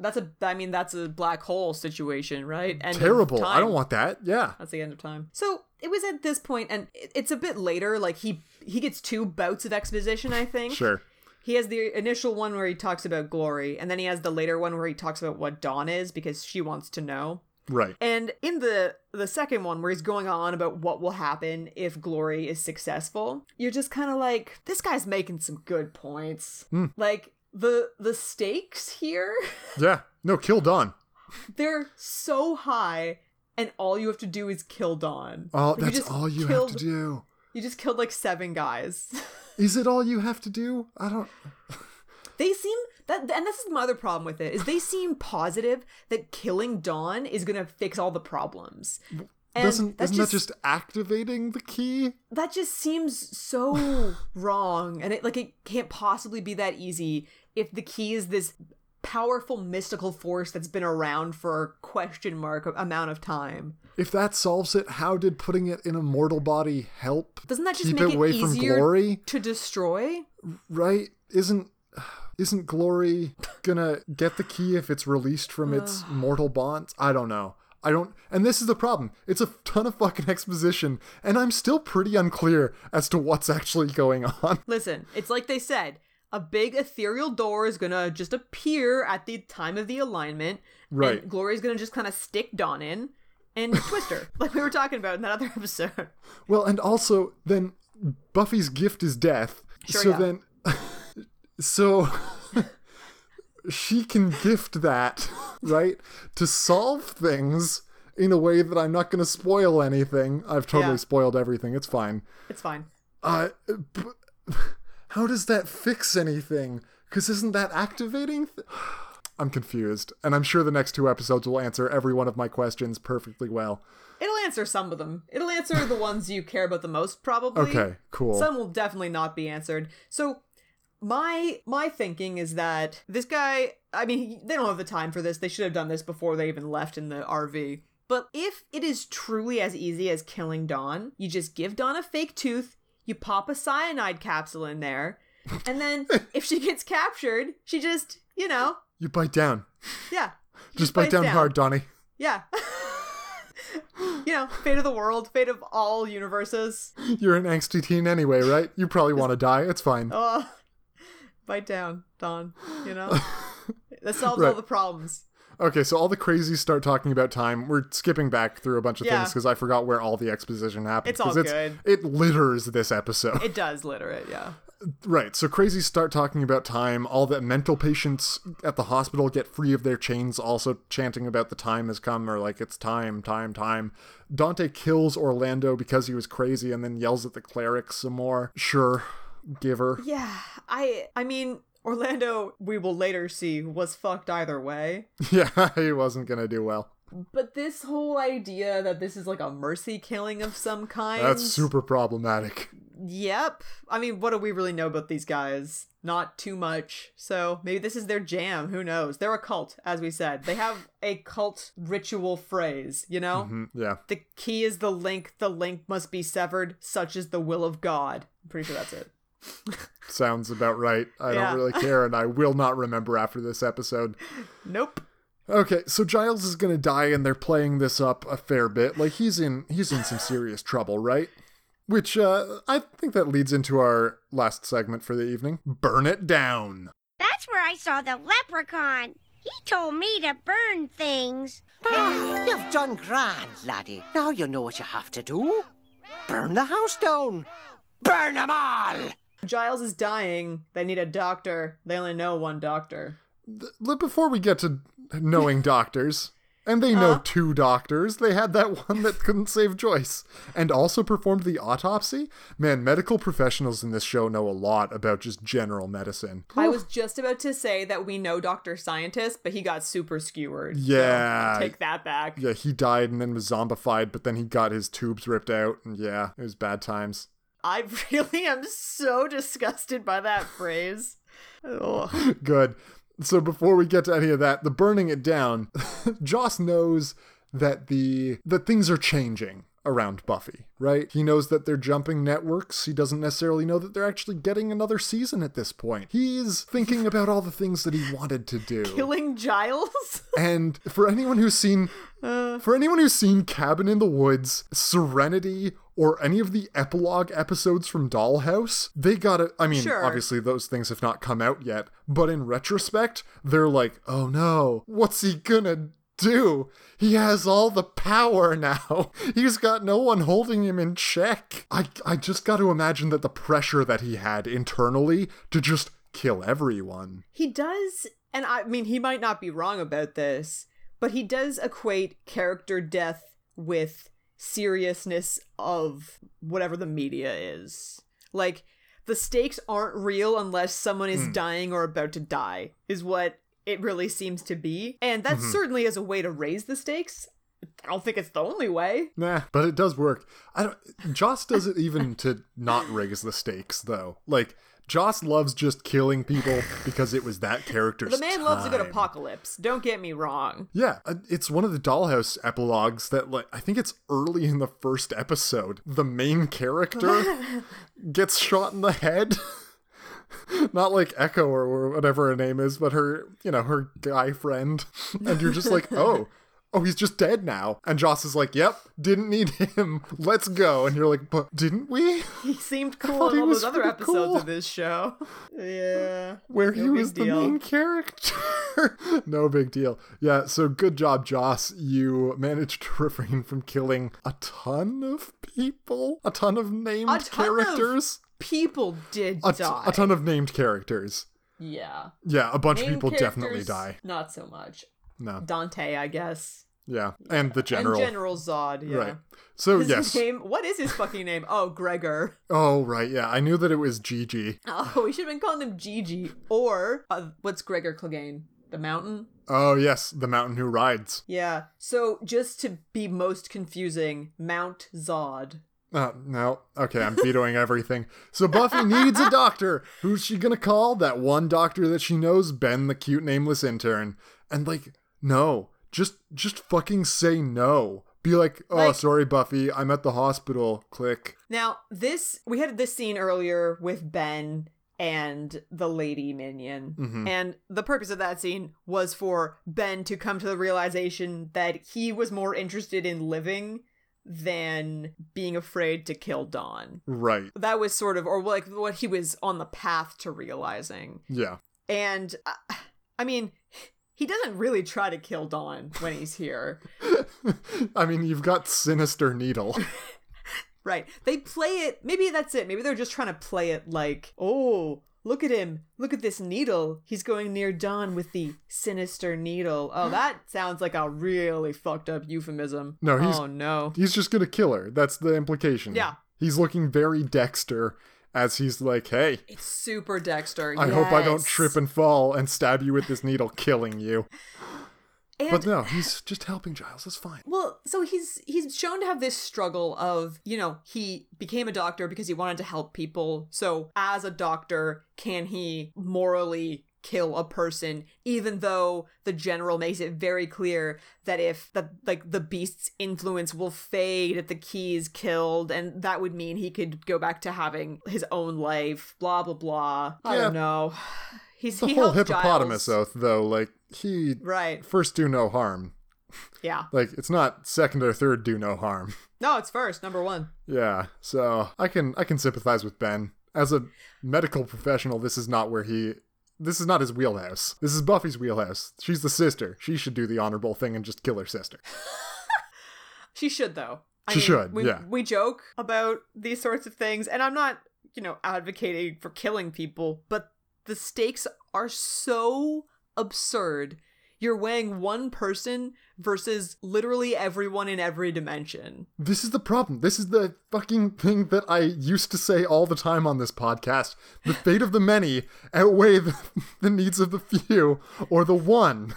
[SPEAKER 1] That's a, I mean, that's a black hole situation, right? End of
[SPEAKER 2] Terrible. I
[SPEAKER 1] time.
[SPEAKER 2] don't want that.
[SPEAKER 1] <laughs>
[SPEAKER 2] Yeah.
[SPEAKER 1] That's the end of time. So it was at this point, and it- it's a bit later. Like he he gets two bouts of exposition, I think.
[SPEAKER 2] Sure.
[SPEAKER 1] He has the initial one where he talks about glory, and then he has the later one where he talks about what Dawn is because she wants to know.
[SPEAKER 2] Right.
[SPEAKER 1] And in the the second one where he's going on about what will happen if glory is successful, you're just kind of like this guy's making some good points.
[SPEAKER 2] Hmm.
[SPEAKER 1] Like the the stakes here, <laughs>
[SPEAKER 2] Yeah. No, kill Dawn.
[SPEAKER 1] they're so high and all you have to do is kill Dawn.
[SPEAKER 2] Oh,
[SPEAKER 1] Like,
[SPEAKER 2] that's
[SPEAKER 1] just
[SPEAKER 2] all you
[SPEAKER 1] killed-
[SPEAKER 2] have to do.
[SPEAKER 1] You just killed like seven guys. <laughs>
[SPEAKER 2] Is it all you have to do? I don't.
[SPEAKER 1] They seem that, and this is my other problem with it is they seem positive that killing Dawn is gonna fix all the problems. And
[SPEAKER 2] doesn't
[SPEAKER 1] that
[SPEAKER 2] isn't
[SPEAKER 1] just,
[SPEAKER 2] that just activating the key?
[SPEAKER 1] that just seems
[SPEAKER 2] <sighs>
[SPEAKER 1] so wrong, and it like it can't possibly be that easy if the key is this powerful mystical force that's been around for question mark amount of time.
[SPEAKER 2] If that solves it, how did putting it in a mortal body help?
[SPEAKER 1] Doesn't that just
[SPEAKER 2] keep
[SPEAKER 1] make
[SPEAKER 2] it away from
[SPEAKER 1] easier
[SPEAKER 2] glory?
[SPEAKER 1] to destroy?
[SPEAKER 2] right isn't isn't glory gonna get the key if it's released
[SPEAKER 1] <sighs>
[SPEAKER 2] from its mortal bonds i don't know i don't and this is the problem it's a ton of fucking exposition and i'm still pretty unclear as to what's actually going on <laughs>
[SPEAKER 1] Listen, it's like they said a big ethereal door is gonna just appear at the time of the alignment.
[SPEAKER 2] Right.
[SPEAKER 1] And Glory's gonna just kind of stick Dawn in
[SPEAKER 2] <laughs>
[SPEAKER 1] and twist her, like we were <laughs> talking about in that other episode.
[SPEAKER 2] well and also then buffy's gift is death
[SPEAKER 1] Sure,
[SPEAKER 2] so
[SPEAKER 1] yeah.
[SPEAKER 2] then <laughs> so <laughs> she can gift that <laughs> right to solve things in a way that i'm not going to spoil anything i've totally
[SPEAKER 1] Yeah.
[SPEAKER 2] spoiled everything it's fine
[SPEAKER 1] It's fine.
[SPEAKER 2] uh b- <laughs> how does that fix anything because isn't that activating th- <sighs> i'm confused and i'm sure the next two episodes will answer every one of my questions perfectly well
[SPEAKER 1] It'll answer some of them. It'll answer the ones you care about the most, probably.
[SPEAKER 2] okay cool
[SPEAKER 1] Some will definitely not be answered. So my my thinking is that this guy, I mean, he- they don't have the time for this. They should have done this before they even left in the RV. But if it is truly as easy as killing Dawn, you just give Dawn a fake tooth, you pop a cyanide capsule in there, and
[SPEAKER 2] <laughs>
[SPEAKER 1] then if she gets captured, she just, you know,
[SPEAKER 2] you bite down
[SPEAKER 1] yeah.
[SPEAKER 2] just bite
[SPEAKER 1] bites
[SPEAKER 2] down,
[SPEAKER 1] down.
[SPEAKER 2] hard donnie <laughs>
[SPEAKER 1] Yeah. <laughs> you know, fate of the world, fate of all universes.
[SPEAKER 2] you're an angsty teen anyway right you probably want to die it's fine
[SPEAKER 1] Oh, <laughs> bite down, Don. You
[SPEAKER 2] <laughs>
[SPEAKER 1] know, that solves all
[SPEAKER 2] Right.
[SPEAKER 1] the problems.
[SPEAKER 2] Okay, so all the crazies start talking about time. We're skipping back through a bunch of
[SPEAKER 1] Yeah.
[SPEAKER 2] things because I forgot where all the exposition happens.
[SPEAKER 1] It's all
[SPEAKER 2] 'cause
[SPEAKER 1] good.
[SPEAKER 2] It litters this episode.
[SPEAKER 1] It does litter it. Yeah.
[SPEAKER 2] right, so crazies start talking about time. All the mental patients at the hospital get free of their chains, also chanting about the time has come or like it's time, time, time. Dante kills Orlando because he was crazy and then yells at the cleric some more. Sure, give her.
[SPEAKER 1] Yeah. I. I mean, Orlando. We will later see was fucked either way.
[SPEAKER 2] <laughs> Yeah, he wasn't going to do well.
[SPEAKER 1] But this whole idea that this is like a mercy killing of some kind.
[SPEAKER 2] That's super problematic.
[SPEAKER 1] Yep. I mean, what do we really know about these guys? Not too much. So maybe this is their jam. Who knows? They're a cult, as we said. They have a cult ritual phrase. You know.
[SPEAKER 2] Mm, Yeah.
[SPEAKER 1] The key is the link. The link must be severed. Such is the will of God. I'm pretty sure that's
[SPEAKER 2] <laughs>
[SPEAKER 1] it.
[SPEAKER 2] Sounds about right. I
[SPEAKER 1] Yeah.
[SPEAKER 2] don't really care, and I will not remember after this episode.
[SPEAKER 1] Nope.
[SPEAKER 2] Okay, so Giles is gonna die, and they're playing this up a fair bit. Like he's in he's in some serious trouble, right? Which uh, I think that leads into our last segment for the evening. Burn it down.
[SPEAKER 8] That's where I saw the leprechaun. He told me to burn things.
[SPEAKER 9] You've done grand, laddie. Now you know what you have to do. Burn the house down. Burn 'em all!
[SPEAKER 1] Giles is dying. They need a doctor. They only know one doctor.
[SPEAKER 2] But before we get to knowing doctors, and they know two doctors, they had that <laughs> one that couldn't save Joyce, and also performed the autopsy. Man, medical professionals in this show know a lot about just general medicine.
[SPEAKER 1] I was just about to say that we know Dr. Scientist, but he got super skewered. So
[SPEAKER 2] Yeah.
[SPEAKER 1] take that back.
[SPEAKER 2] Yeah, he died and then was zombified, but then he got his tubes ripped out, and yeah, it was bad times. <laughs>
[SPEAKER 1] I <laughs> really am so disgusted by that
[SPEAKER 2] <laughs>
[SPEAKER 1] phrase. Ugh.
[SPEAKER 2] Good. So before we get to any of that, the burning it down, <laughs> Joss knows that the that things are changing around Buffy, right? He knows that they're jumping networks. He doesn't necessarily know that they're actually getting another season at this point. He's thinking about all the things that he wanted to do.
[SPEAKER 1] Killing Giles?
[SPEAKER 2] And for anyone who's seen for anyone who's seen Cabin in the Woods, Serenity, or any of the epilogue episodes from Dollhouse, they got to I mean,
[SPEAKER 1] Sure.
[SPEAKER 2] obviously those things have not come out yet, but in retrospect, they're like, "Oh no, what's he gonna do? He has all the power <laughs> now. He's got no one holding him in check." I I just got to imagine that the pressure that he had internally to just kill everyone.
[SPEAKER 1] He does, and I mean, he might not be wrong about this, but he does equate character death with seriousness of whatever the media is. Like, the stakes aren't real unless someone
[SPEAKER 2] Hmm.
[SPEAKER 1] is dying or about to die, is what it really seems to be. And that
[SPEAKER 2] Hmm.
[SPEAKER 1] certainly is a way to raise the stakes. I don't think it's the only way.
[SPEAKER 2] <laughs> Nah, but it does work. I don't. Joss does it even to not raise the stakes, though. Like Joss loves just killing people because it was that character's.
[SPEAKER 1] The man loves a good
[SPEAKER 2] time.
[SPEAKER 1] apocalypse. Don't get me wrong. <laughs>
[SPEAKER 2] Yeah, uh, it's one of the Dollhouse epilogues that, like, I think it's early in the first episode. The main character gets shot in the head. <laughs> Not like Echo or- or whatever her name is, but her, you know, her guy friend. And you're just like, oh, oh, he's just dead now. And Joss is like, yep, didn't need him. Let's go. And you're like, but didn't we?
[SPEAKER 1] He seemed
[SPEAKER 2] thought
[SPEAKER 1] cool in
[SPEAKER 2] he
[SPEAKER 1] all
[SPEAKER 2] was
[SPEAKER 1] those other
[SPEAKER 2] pretty
[SPEAKER 1] episodes
[SPEAKER 2] cool.
[SPEAKER 1] of this
[SPEAKER 2] <laughs>
[SPEAKER 1] show. Yeah.
[SPEAKER 2] where he
[SPEAKER 1] big
[SPEAKER 2] was the
[SPEAKER 1] deal.
[SPEAKER 2] main character. <laughs> no big deal. Yeah, so good job, Joss. You managed to <laughs> refrain from killing a ton of people, a ton of named
[SPEAKER 1] A ton of-
[SPEAKER 2] characters.
[SPEAKER 1] people did
[SPEAKER 2] A, t-
[SPEAKER 1] die.
[SPEAKER 2] a ton of named characters.
[SPEAKER 1] yeah.
[SPEAKER 2] Yeah, a bunch
[SPEAKER 1] Main
[SPEAKER 2] of people definitely
[SPEAKER 1] characters,
[SPEAKER 2] die.
[SPEAKER 1] Not so much.
[SPEAKER 2] No.
[SPEAKER 1] Dante, I guess.
[SPEAKER 2] Yeah. And the general.
[SPEAKER 1] And General Zod, yeah.
[SPEAKER 2] Right. So,
[SPEAKER 1] His
[SPEAKER 2] yes.
[SPEAKER 1] name what is his fucking name? Oh, Gregor. <laughs>
[SPEAKER 2] Oh, right. Yeah. I knew that it was Gigi.
[SPEAKER 1] Oh, we should have been calling him Gigi. Or uh, what's Gregor Clegane? The mountain?
[SPEAKER 2] Oh, yes. The mountain who rides.
[SPEAKER 1] Yeah. So just to be most confusing, Mount Zod.
[SPEAKER 2] Uh, no. Okay, I'm vetoing everything. So Buffy needs a doctor. Who's she gonna call? That one doctor that she knows, Ben, the cute nameless intern. And like, no. Just just fucking say no. Be like, oh
[SPEAKER 1] Like-
[SPEAKER 2] sorry, Buffy, I'm at the hospital. Click.
[SPEAKER 1] Now, this we had this scene earlier with Ben and the lady minion. And the purpose of that scene was for Ben to come to the realization that he was more interested in living than being afraid to kill Dawn.
[SPEAKER 2] Right.
[SPEAKER 1] That was sort of or like what he was on the path to realizing.
[SPEAKER 2] Yeah. <laughs>
[SPEAKER 1] And uh, I mean, he doesn't really try to kill Dawn when he's here.
[SPEAKER 2] I mean, you've got Sinister Needle.
[SPEAKER 1] Right. They play it. Maybe that's it. Maybe they're just trying to play it like, oh, look at him. Look at this needle. He's going near Dawn with the sinister needle. Oh, that sounds like a really fucked up euphemism.
[SPEAKER 2] No, he's-
[SPEAKER 1] Oh, no.
[SPEAKER 2] He's just gonna kill her. That's the implication.
[SPEAKER 1] Yeah.
[SPEAKER 2] He's looking very Dexter as he's like, hey,
[SPEAKER 1] It's super Dexter.
[SPEAKER 2] I hope I don't
[SPEAKER 1] yes.
[SPEAKER 2] trip and fall and stab you with this needle, killing you.
[SPEAKER 1] And
[SPEAKER 2] But no, he's just helping Giles. It's fine.
[SPEAKER 1] Well, so he's he's shown to have this struggle of, you know, he became a doctor because he wanted to help people. So, as a doctor, can he morally kill a person even though the general makes it very clear that if the like the beast's influence will fade if the key is killed and that would mean he could go back to having his own life blah blah blah i
[SPEAKER 2] Yeah.
[SPEAKER 1] don't know <sighs> he's
[SPEAKER 2] The
[SPEAKER 1] he
[SPEAKER 2] whole
[SPEAKER 1] helped
[SPEAKER 2] hippopotamus
[SPEAKER 1] Giles.
[SPEAKER 2] oath, though, like he
[SPEAKER 1] right
[SPEAKER 2] first do no harm.
[SPEAKER 1] yeah
[SPEAKER 2] Like it's not second or third do no harm. <laughs>
[SPEAKER 1] no it's first number one
[SPEAKER 2] Yeah. So I can I can sympathize with Ben. As a medical professional, this is not where he this is not his wheelhouse. This is Buffy's wheelhouse. She's the sister. She should do the honorable thing and just kill her sister.
[SPEAKER 1] She should though. I
[SPEAKER 2] She should,
[SPEAKER 1] We,
[SPEAKER 2] yeah.
[SPEAKER 1] We joke about these sorts of things, and I'm not, you know, advocating for killing people, but the stakes are so absurd. You're weighing one person versus literally everyone in every dimension.
[SPEAKER 2] <laughs> This is the problem. This is the fucking thing that I used to say all the time on this podcast. The fate of the many outweigh the, <laughs> the needs of the few or the one.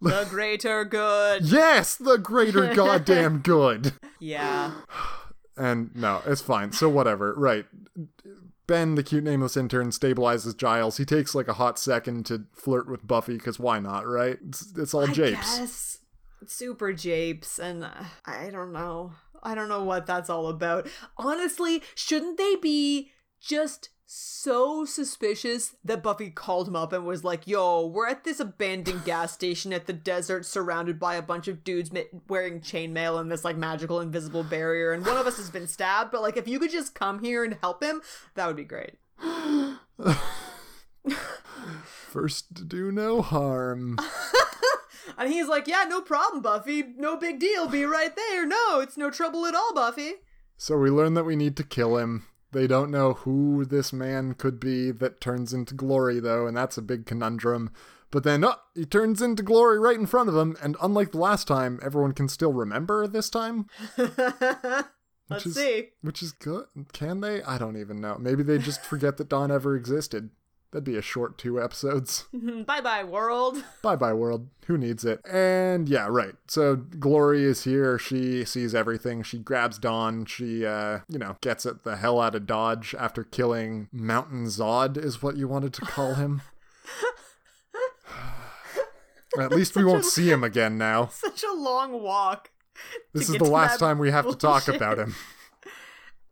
[SPEAKER 1] The greater good.
[SPEAKER 2] Yes, the
[SPEAKER 1] <laughs>
[SPEAKER 2] greater goddamn good.
[SPEAKER 1] Yeah.
[SPEAKER 2] And no, it's fine. So whatever. Right. Ben, the cute nameless intern, stabilizes Giles. He takes like a hot second to flirt with Buffy because why not, right? It's, it's all
[SPEAKER 1] I
[SPEAKER 2] japes.
[SPEAKER 1] guess super japes, and uh, I don't know. I don't know what that's all about. Honestly, shouldn't they be just so suspicious that Buffy called him up and was like, "Yo, we're at this abandoned gas station at the desert, surrounded by a bunch of dudes ma- wearing chainmail and this like magical invisible barrier, and one of us has been stabbed. But like, if you could just come here and help him, that would be great."
[SPEAKER 2] First, do no harm.
[SPEAKER 1] And he's like, "Yeah, no problem, Buffy. No big deal. Be right there. No, it's no trouble at all, Buffy."
[SPEAKER 2] So we learn that we need to kill him. They don't know who this man could be that turns into glory, though, and that's a big conundrum. But then, oh, he turns into glory right in front of them, and unlike the last time, everyone can still remember this time.
[SPEAKER 1] <laughs> Let's
[SPEAKER 2] is-
[SPEAKER 1] see. <laughs>
[SPEAKER 2] Which is good. Can they? I don't even know. Maybe they just forget that Dawn ever existed. That'd be a short two episodes.
[SPEAKER 1] Bye bye, world. <laughs>
[SPEAKER 2] bye bye, world. Who needs it? And yeah, right. So Glory is here. She sees everything. She grabs Dawn. She, uh, you know, gets it the hell out of Dodge after killing Mountain Zod, is what you wanted to call him. <sighs> At least we won't see him
[SPEAKER 1] <laughs>
[SPEAKER 2] again now.
[SPEAKER 1] Such a long walk. to
[SPEAKER 2] This
[SPEAKER 1] get
[SPEAKER 2] is the
[SPEAKER 1] to
[SPEAKER 2] last
[SPEAKER 1] that
[SPEAKER 2] time we have to talk
[SPEAKER 1] bullshit.
[SPEAKER 2] about him. <laughs>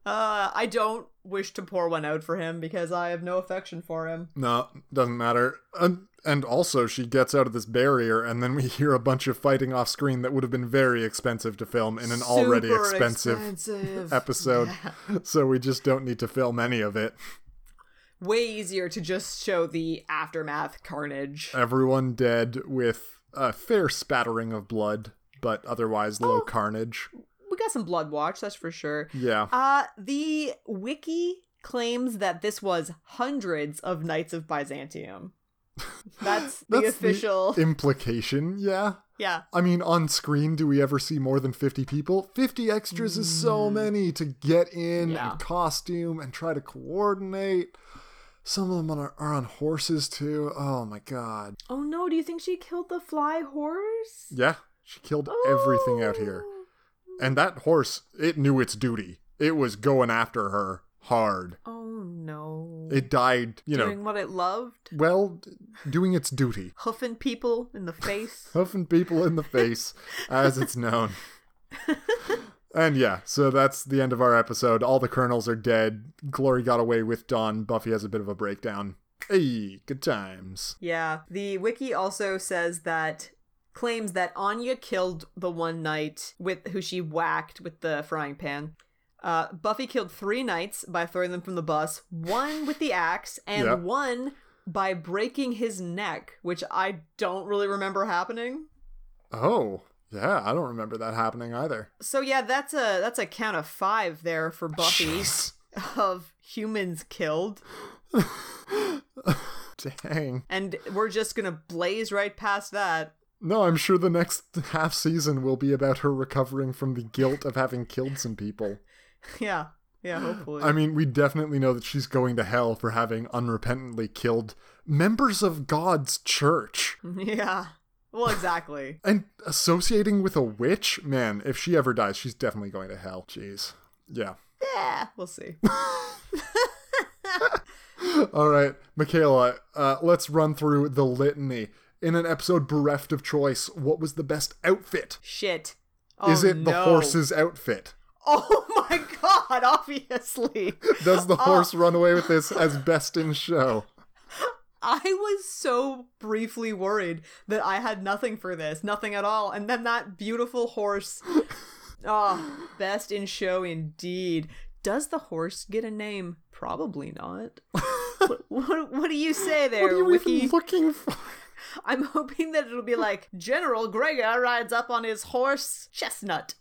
[SPEAKER 1] Uh, I don't wish to pour one out for him because I have no affection for him.
[SPEAKER 2] No, doesn't matter. And, and also, she gets out of this barrier, and then we hear a bunch of fighting off screen that would have been very expensive to film in an already
[SPEAKER 1] Super
[SPEAKER 2] expensive,
[SPEAKER 1] expensive.
[SPEAKER 2] <laughs> episode. So we just don't need to film any of it.
[SPEAKER 1] Way easier to just show the aftermath
[SPEAKER 2] Uh,
[SPEAKER 1] carnage.
[SPEAKER 2] Everyone dead with a fair spattering of blood, but otherwise
[SPEAKER 1] Oh.
[SPEAKER 2] low carnage.
[SPEAKER 1] We got some blood watch, that's for sure.
[SPEAKER 2] Yeah.
[SPEAKER 1] Uh, the wiki claims that this was hundreds of Knights of
[SPEAKER 2] <laughs>
[SPEAKER 1] Byzantium. That's the
[SPEAKER 2] That's
[SPEAKER 1] official. <laughs>
[SPEAKER 2] implication, yeah.
[SPEAKER 1] yeah.
[SPEAKER 2] I mean, on screen, do we ever see more than 50 people? 50 extras is so many to get in
[SPEAKER 1] Mm. Yeah.
[SPEAKER 2] and costume and try to coordinate. Some of them are, are on horses too. Oh my god.
[SPEAKER 1] Oh no, do you think she killed the fly horse?
[SPEAKER 2] Yeah, she killed everything out
[SPEAKER 1] Oh.
[SPEAKER 2] here. And that horse, it knew its duty. It was going after her hard.
[SPEAKER 1] Oh no.
[SPEAKER 2] It died, you
[SPEAKER 1] Doing
[SPEAKER 2] know,
[SPEAKER 1] what it loved,
[SPEAKER 2] well, d- doing its duty.
[SPEAKER 1] huffing people in the
[SPEAKER 2] <laughs>
[SPEAKER 1] face.
[SPEAKER 2] huffing people in the face, as it's known. and yeah, so that's the end of our episode. All the colonels are dead. Glory got away with Dawn. Buffy has a bit of a breakdown. Hey, good times.
[SPEAKER 1] yeah. The wiki also says that claims that Anya killed the one knight with who she whacked with the frying pan. Uh, Buffy killed three knights by throwing them from the bus, one with the axe, and
[SPEAKER 2] Yeah.
[SPEAKER 1] one by breaking his neck, which I don't really remember happening.
[SPEAKER 2] Oh, yeah, I don't remember that happening either.
[SPEAKER 1] So yeah, that's a that's a count of five there for Buffy
[SPEAKER 2] Jeez.
[SPEAKER 1] <laughs> of humans killed.
[SPEAKER 2] Dang.
[SPEAKER 1] And we're just gonna blaze right past that.
[SPEAKER 2] No, I'm sure the next half season will be about her recovering from the guilt of having killed some people.
[SPEAKER 1] Yeah. Yeah, hopefully.
[SPEAKER 2] I mean, we definitely know that she's going to hell for having unrepentantly killed members of God's church.
[SPEAKER 1] <laughs> yeah. Well, exactly.
[SPEAKER 2] And associating with a witch, man, if she ever dies, she's definitely going to hell. Jeez. Yeah.
[SPEAKER 1] yeah, we'll see.
[SPEAKER 2] All right, Michaela, uh, let's run through the litany. In an episode bereft of choice, what was the best outfit?
[SPEAKER 1] Shit. Oh,
[SPEAKER 2] Is it the
[SPEAKER 1] no.
[SPEAKER 2] horse's outfit?
[SPEAKER 1] Oh <laughs> my god, obviously. <laughs>
[SPEAKER 2] Does
[SPEAKER 1] Oh.
[SPEAKER 2] the horse run away with this as best in show?
[SPEAKER 1] I was so briefly worried that I had nothing for this, nothing at all. And then that beautiful
[SPEAKER 2] <laughs>
[SPEAKER 1] horse. Ah, best in show indeed. Does the horse get a name? Probably
[SPEAKER 2] <laughs>
[SPEAKER 1] not. what, what, what do you say there,
[SPEAKER 2] What are you
[SPEAKER 1] Wiki?
[SPEAKER 2] even looking for? <laughs>
[SPEAKER 1] I'm hoping that it'll be like General Gregor rides up on his horse, chestnut.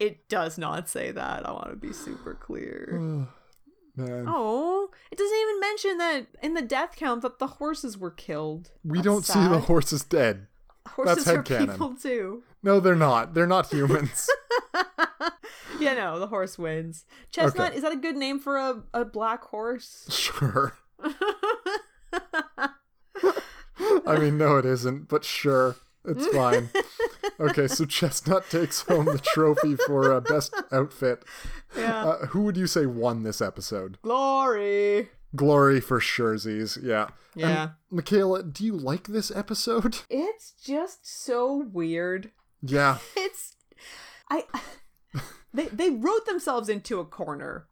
[SPEAKER 1] it does not say that. I want to be super
[SPEAKER 2] Hmm.
[SPEAKER 1] clear.
[SPEAKER 2] Man,
[SPEAKER 1] Oh, it doesn't even mention that in the death count that the horses were killed.
[SPEAKER 2] we
[SPEAKER 1] That's
[SPEAKER 2] don't see the
[SPEAKER 1] sad.
[SPEAKER 2] horses dead.
[SPEAKER 1] Horses
[SPEAKER 2] that's
[SPEAKER 1] are
[SPEAKER 2] headcanon.
[SPEAKER 1] people too.
[SPEAKER 2] No, they're not. They're not humans.
[SPEAKER 1] Yeah, no, the horse wins. Chestnut
[SPEAKER 2] Okay.
[SPEAKER 1] is that a good name for a, a black horse? <laughs>
[SPEAKER 2] Sure. I mean, no, it isn't, but sure. It's fine. Okay, so Chestnut takes home the trophy for uh, best outfit.
[SPEAKER 1] Yeah,
[SPEAKER 2] Uh, who would you say won this episode?
[SPEAKER 1] glory.
[SPEAKER 2] Glory for Sherzies, yeah. And,
[SPEAKER 1] Yeah.
[SPEAKER 2] Michaela, do you like this episode?
[SPEAKER 1] Um,
[SPEAKER 2] <laughs>
[SPEAKER 1] It's just so weird.
[SPEAKER 2] Yeah.
[SPEAKER 1] <laughs> it's i <laughs> they they wrote themselves into a corner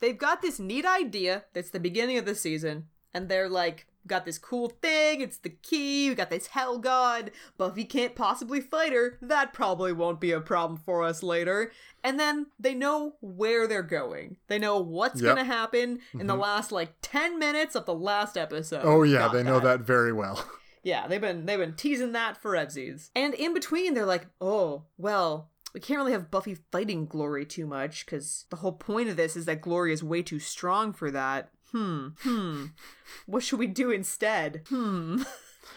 [SPEAKER 1] they've got this neat idea that's the beginning of the season and they're like got this cool thing it's the key we got this hell god buffy can't possibly fight her that probably won't be a problem for us later and then they know where they're going they know what's
[SPEAKER 2] Yep. Mm-hmm.
[SPEAKER 1] gonna happen in the last like 10 minutes of the last episode
[SPEAKER 2] Oh, yeah,
[SPEAKER 1] Got
[SPEAKER 2] they know that very well.
[SPEAKER 1] yeah, they've been they've been teasing that for Evsies. And in between, they're like, oh, well, we can't really have Buffy fighting Glory too much because the whole point of this is that Glory is way too strong for that. Hmm, hmm. What should we do instead? Hmm.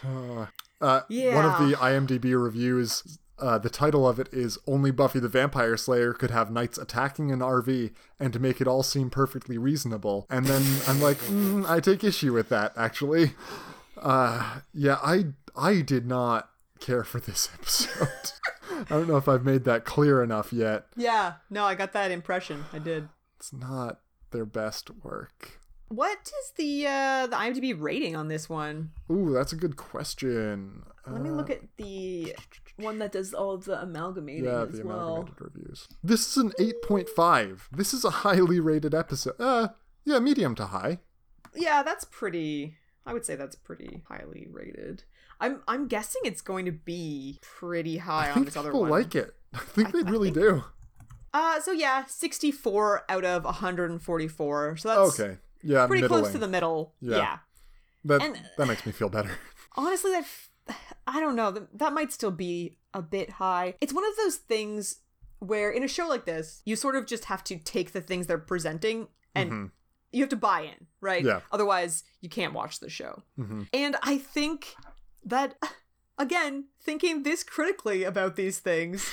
[SPEAKER 2] Uh, One of
[SPEAKER 1] Yeah.
[SPEAKER 2] the IMDb reviews, uh, the title of it is Only Buffy the Vampire Slayer could have knights attacking an RV and to make it all seem perfectly reasonable. And then
[SPEAKER 1] <laughs>
[SPEAKER 2] I'm like, mm, I take issue with that, actually. Uh, yeah, I, I did not care for this <laughs> episode. I don't know if I've made that clear enough yet.
[SPEAKER 1] Yeah, no, I got that impression. I did.
[SPEAKER 2] It's not their best work.
[SPEAKER 1] What is the uh the IMDb rating on this one?
[SPEAKER 2] Ooh, that's a good question.
[SPEAKER 1] Let me
[SPEAKER 2] Uh,
[SPEAKER 1] look at the one that does all of the amalgamating
[SPEAKER 2] Yeah,
[SPEAKER 1] as
[SPEAKER 2] the
[SPEAKER 1] well.
[SPEAKER 2] amalgamated reviews. This is an 8.5. This is a highly rated episode. Uh, yeah, medium to high.
[SPEAKER 1] yeah that's pretty i would say that's pretty highly rated i'm i'm guessing it's going to be pretty high
[SPEAKER 2] I
[SPEAKER 1] on
[SPEAKER 2] think
[SPEAKER 1] this other
[SPEAKER 2] people
[SPEAKER 1] one
[SPEAKER 2] like it. <laughs> I think they
[SPEAKER 1] I
[SPEAKER 2] really
[SPEAKER 1] think-
[SPEAKER 2] do.
[SPEAKER 1] uh so yeah 64 out of 144 so that's
[SPEAKER 2] okay. Yeah,
[SPEAKER 1] pretty
[SPEAKER 2] middling.
[SPEAKER 1] close to the middle
[SPEAKER 2] Yeah.
[SPEAKER 1] yeah,
[SPEAKER 2] That,
[SPEAKER 1] and-
[SPEAKER 2] that makes me feel better. <laughs>
[SPEAKER 1] honestly that f- i don't know that, that might still be a bit high it's one of those things where in a show like this, you sort of just have to take the things they're presenting and you have to buy in, right?
[SPEAKER 2] Mm-hmm. Yeah. Mm-hmm.
[SPEAKER 1] Otherwise, you can't watch the show. And I think that, again, thinking this critically about these things,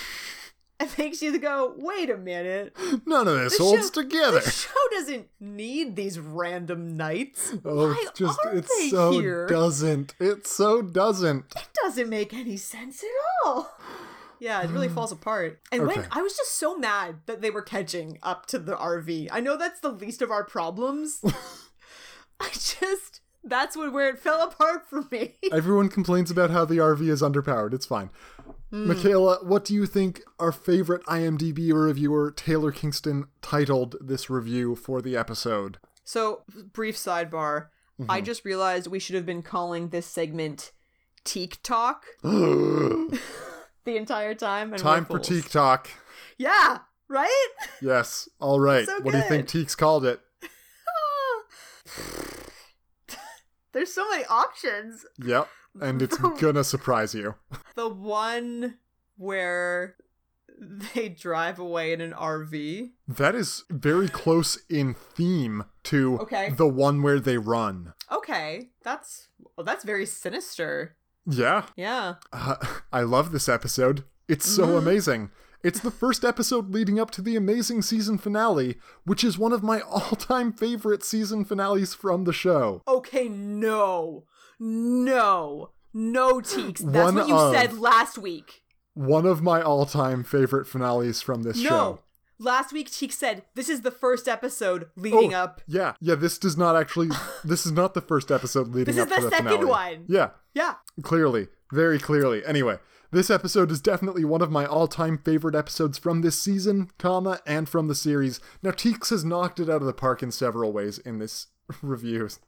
[SPEAKER 1] it makes you go, wait a minute.
[SPEAKER 2] None of this
[SPEAKER 1] the
[SPEAKER 2] holds
[SPEAKER 1] show-
[SPEAKER 2] together.
[SPEAKER 1] The show doesn't need these random nights.
[SPEAKER 2] Oh,
[SPEAKER 1] Why
[SPEAKER 2] it's just
[SPEAKER 1] are
[SPEAKER 2] it
[SPEAKER 1] they
[SPEAKER 2] so
[SPEAKER 1] here?
[SPEAKER 2] doesn't. It so doesn't.
[SPEAKER 1] doesn't make any sense at all. <sighs> Yeah, it really falls apart. And when
[SPEAKER 2] Hmm. Okay.
[SPEAKER 1] I was just so mad that they were catching up to the RV. I know that's the least of our
[SPEAKER 2] <laughs>
[SPEAKER 1] problems. I just that's what where it fell apart for me.
[SPEAKER 2] Everyone complains about how the RV is underpowered. It's fine.
[SPEAKER 1] Hmm.
[SPEAKER 2] Michaela, what do you think our favorite IMDb reviewer Taylor Kingston titled this review for the episode?
[SPEAKER 1] So, brief sidebar. I
[SPEAKER 2] Mm-hmm.
[SPEAKER 1] just realized we should have been calling this segment Teak Talk the entire time. And we're
[SPEAKER 2] Time for
[SPEAKER 1] fools.
[SPEAKER 2] Teak Talk.
[SPEAKER 1] Yeah, right?
[SPEAKER 2] Yes. All right.
[SPEAKER 1] So
[SPEAKER 2] what do you think Teeks called it?
[SPEAKER 1] There's so many options.
[SPEAKER 2] Yep.
[SPEAKER 1] <laughs>
[SPEAKER 2] And it's gonna surprise you.
[SPEAKER 1] The one where they drive away in an RV.
[SPEAKER 2] That is very close in theme to
[SPEAKER 1] Okay.
[SPEAKER 2] the one where they run.
[SPEAKER 1] Okay, that's well, that's very sinister.
[SPEAKER 2] Yeah.
[SPEAKER 1] Yeah.
[SPEAKER 2] Uh, I love this episode. It's so
[SPEAKER 1] Mm-hmm.
[SPEAKER 2] amazing. It's the first episode leading up to the amazing season finale, which is one of my <laughs> all time favorite season finales from the show.
[SPEAKER 1] Okay, no. No. No teaks. That's
[SPEAKER 2] One
[SPEAKER 1] what you
[SPEAKER 2] of.
[SPEAKER 1] said last week.
[SPEAKER 2] One of my all time favorite finales from this
[SPEAKER 1] No.
[SPEAKER 2] show.
[SPEAKER 1] Last week Teak said this is the first episode leading
[SPEAKER 2] Oh,
[SPEAKER 1] up.
[SPEAKER 2] Yeah, yeah, this does not actually.
[SPEAKER 1] <laughs>
[SPEAKER 2] This is not the first episode
[SPEAKER 1] This
[SPEAKER 2] leading
[SPEAKER 1] is
[SPEAKER 2] up to
[SPEAKER 1] the
[SPEAKER 2] the
[SPEAKER 1] second
[SPEAKER 2] finale.
[SPEAKER 1] one.
[SPEAKER 2] Yeah,
[SPEAKER 1] Yeah.
[SPEAKER 2] clearly. Very clearly. Anyway, this episode is definitely one of my all-time favorite episodes from this season, comma, and from the series. Now, Teeks has knocked it out of the park in several ways in this <laughs> reviews.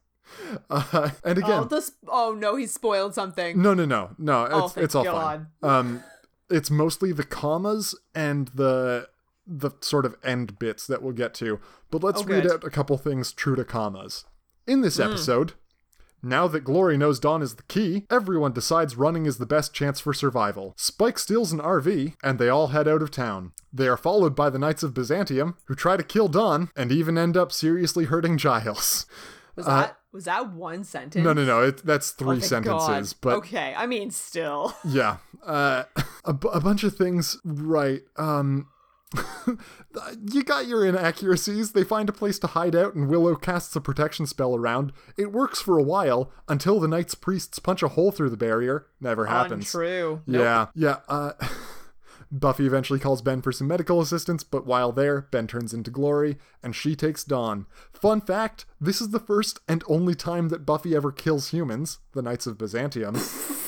[SPEAKER 2] Uh, and again,
[SPEAKER 1] Oh, the sp- oh no, he spoiled something.
[SPEAKER 2] no, no, no, no. It's
[SPEAKER 1] Oh, thank
[SPEAKER 2] it's all
[SPEAKER 1] God.
[SPEAKER 2] fine. Um, it's mostly the commas and the the sort of end bits that we'll get to. But let's
[SPEAKER 1] Oh, good.
[SPEAKER 2] read
[SPEAKER 1] Hmm.
[SPEAKER 2] out a couple things true to commas in this episode. Now that Glory knows Dawn is the key, everyone decides running is the best chance for survival. Spike steals an RV, and they all head out of town. They are followed by the Knights of Byzantium, who try to kill Dawn and even end up seriously hurting Giles. <laughs>
[SPEAKER 1] Was that was that one sentence?
[SPEAKER 2] uh, No, no, no, it, that's three
[SPEAKER 1] three
[SPEAKER 2] sentences, but
[SPEAKER 1] okay, I mean, still.
[SPEAKER 2] Yeah. Uh, <laughs> a, bu- a bunch of things right. Um, <laughs> you got your inaccuracies. They find a place to hide out, and Willow casts a protection spell around. It works for a while until the Knight's priests punch a hole through the barrier. Never happens.
[SPEAKER 1] Untrue.
[SPEAKER 2] Yeah. Yeah. Uh, <laughs> Buffy eventually calls Ben for some medical assistance, but while there, Ben turns into Glory, and she takes Dawn. Fun fact this is the first and only time that Buffy ever kills humans, the Knights
[SPEAKER 1] <laughs>
[SPEAKER 2] of Byzantium,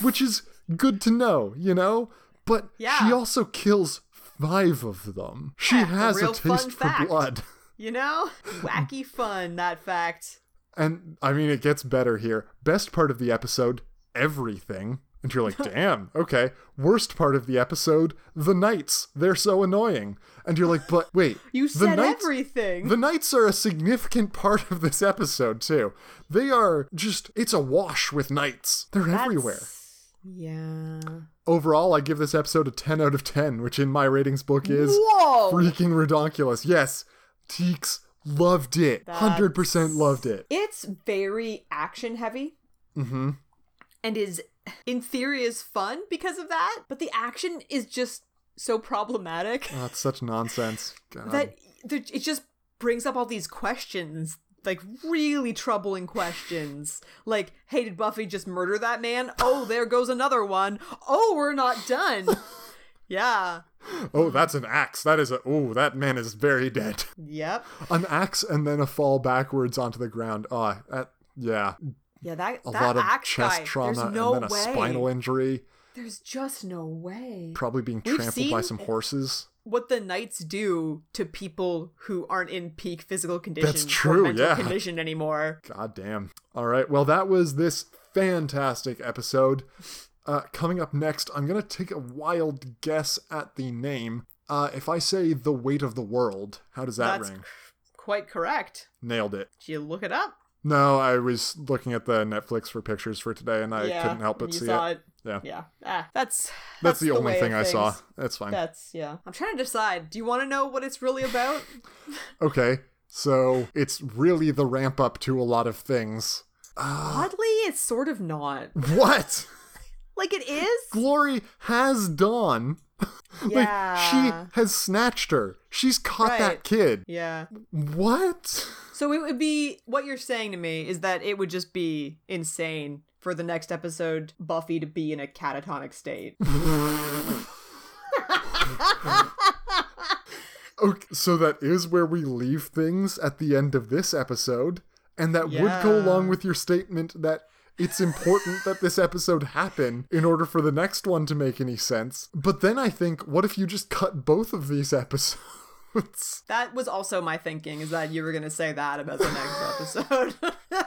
[SPEAKER 2] which is good to know, you know? But she
[SPEAKER 1] Yeah.
[SPEAKER 2] also kills five of them. She
[SPEAKER 1] Yeah,
[SPEAKER 2] has a
[SPEAKER 1] real fun
[SPEAKER 2] taste for
[SPEAKER 1] fact.
[SPEAKER 2] blood.
[SPEAKER 1] You know? Wacky fun, that fact.
[SPEAKER 2] And I mean, it gets better here. Best part of the episode, everything. And
[SPEAKER 1] <laughs>
[SPEAKER 2] you're like, damn, okay. Worst part of the episode, the knights. They're so annoying. And you're like, but wait.
[SPEAKER 1] <laughs> You
[SPEAKER 2] the
[SPEAKER 1] said
[SPEAKER 2] knights-
[SPEAKER 1] everything.
[SPEAKER 2] The knights are a significant <laughs> part of this episode, too. They are just, it's a wash with knights. They're everywhere.
[SPEAKER 1] Yeah.
[SPEAKER 2] Overall, I give this episode a 10 out of 10, which in my ratings book is
[SPEAKER 1] Whoa!
[SPEAKER 2] freaking redonkulous. Yes, Teeks loved it. 100% loved it.
[SPEAKER 1] It's very action heavy. Mm hmm.
[SPEAKER 2] Mm-hmm.
[SPEAKER 1] And is, in theory, is fun because of that, but the action is just so problematic
[SPEAKER 2] Oh, it's such nonsense. God.
[SPEAKER 1] that there- it just brings up all these questions. Like really troubling questions. Like, hey, did Buffy just murder that man? Oh, there goes another one. Oh, we're not
[SPEAKER 2] <laughs>
[SPEAKER 1] done. yeah.
[SPEAKER 2] Oh, that's an axe. That is a. Oh, that man is very dead. <laughs>
[SPEAKER 1] Yep.
[SPEAKER 2] An axe and then a fall backwards onto the ground. Ah, that, yeah.
[SPEAKER 1] Yeah, that
[SPEAKER 2] A
[SPEAKER 1] that
[SPEAKER 2] lot of
[SPEAKER 1] axe
[SPEAKER 2] chest
[SPEAKER 1] guy,
[SPEAKER 2] trauma
[SPEAKER 1] There's no
[SPEAKER 2] and then a
[SPEAKER 1] way.
[SPEAKER 2] spinal injury.
[SPEAKER 1] There's just no way.
[SPEAKER 2] Probably being
[SPEAKER 1] We've
[SPEAKER 2] trampled by
[SPEAKER 1] seen-
[SPEAKER 2] some horses.
[SPEAKER 1] What the knights do to people who aren't in peak physical condition
[SPEAKER 2] true,
[SPEAKER 1] or mental
[SPEAKER 2] yeah.
[SPEAKER 1] condition anymore.
[SPEAKER 2] God damn. All right. Well, that was this fantastic episode. Uh, coming up next, I'm going to take a wild guess at the name. Uh, if I say The Weight of the World, how does that
[SPEAKER 1] That's
[SPEAKER 2] ring?
[SPEAKER 1] Quite correct.
[SPEAKER 2] Nailed it.
[SPEAKER 1] Did you look it up?
[SPEAKER 2] No, I was looking at the Netflix for pictures for today, and I
[SPEAKER 1] yeah,
[SPEAKER 2] couldn't help but
[SPEAKER 1] you
[SPEAKER 2] see
[SPEAKER 1] saw
[SPEAKER 2] it. Yeah.
[SPEAKER 1] Yeah. Ah, that's, that's
[SPEAKER 2] That's, the, only
[SPEAKER 1] way of
[SPEAKER 2] thing I saw.
[SPEAKER 1] things.
[SPEAKER 2] That's fine.
[SPEAKER 1] That's yeah. I'm trying to decide. Do you want to know what it's really about?
[SPEAKER 2] Okay, so it's really the ramp up to a lot of things. Uh,
[SPEAKER 1] Oddly, it's sort of not.
[SPEAKER 2] What?
[SPEAKER 1] Like it is.
[SPEAKER 2] Glory has Dawn. <laughs> Like,
[SPEAKER 1] Yeah.
[SPEAKER 2] she has snatched her. She's caught
[SPEAKER 1] Right.
[SPEAKER 2] that kid.
[SPEAKER 1] Yeah.
[SPEAKER 2] What?
[SPEAKER 1] So it would be what you're saying to me is that it would just be insane for the next episode Buffy to be in a catatonic <laughs> state.
[SPEAKER 2] Okay, so that is where we leave things at the end of this episode, and that would go
[SPEAKER 1] Yeah.
[SPEAKER 2] along with your statement that it's important that this episode happen in order for the next one to make any sense. But then I think, what if you just cut both of these episodes?
[SPEAKER 1] That was also my thinking is that you were going to say that about the next episode.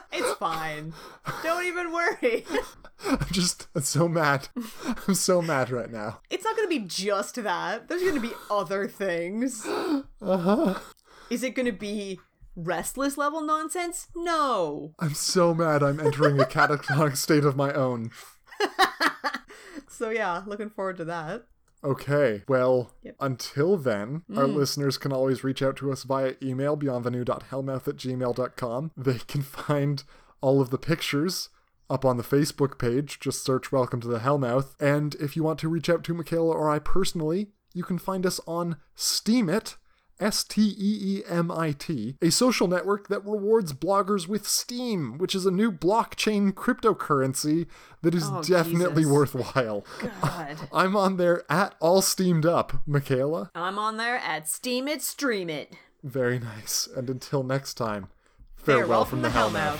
[SPEAKER 1] <laughs> it's fine. Don't even <laughs> worry.
[SPEAKER 2] <laughs> I'm just I'm so mad. <laughs> I'm so mad right now.
[SPEAKER 1] It's not going to be just that. There's going to be other things.
[SPEAKER 2] Uh-huh.
[SPEAKER 1] Is it going to be restless level nonsense? No.
[SPEAKER 2] I'm so mad. I'm entering a catatonic state of my own.
[SPEAKER 1] So yeah, looking forward to that.
[SPEAKER 2] Okay. Well, until then, our
[SPEAKER 1] Mm.
[SPEAKER 2] listeners can always reach out to us via email, beyondthenew.hellmouth at gmail.com. They can find all of the pictures up on the Facebook page. Just search Welcome to the Hellmouth. And if you want to reach out to Michaela or I personally, you can find us on Steam It. S T E E M I T, a social network that rewards bloggers with Steam, which is a new blockchain cryptocurrency that is
[SPEAKER 1] Oh,
[SPEAKER 2] definitely
[SPEAKER 1] Jesus.
[SPEAKER 2] worthwhile.
[SPEAKER 1] God.
[SPEAKER 2] I'm on there at all steamed up, Michaela.
[SPEAKER 1] I'm on there at Steam It, Stream It.
[SPEAKER 2] Very nice. And until next time,
[SPEAKER 1] Farewell, from, the Hellmouth.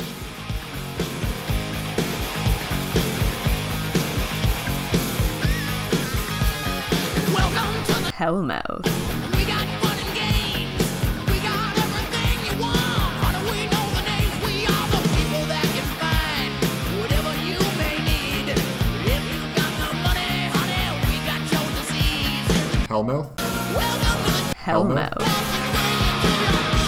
[SPEAKER 3] Welcome to the
[SPEAKER 1] Hellmouth.
[SPEAKER 3] We got fun and games. We got everything you want. How do we know the names? We are the people that can find whatever you may need. If you got no money, honey, we got your disease.
[SPEAKER 2] Hellmouth?
[SPEAKER 3] Welcome to the
[SPEAKER 2] Hellmouth.
[SPEAKER 3] Welcome to your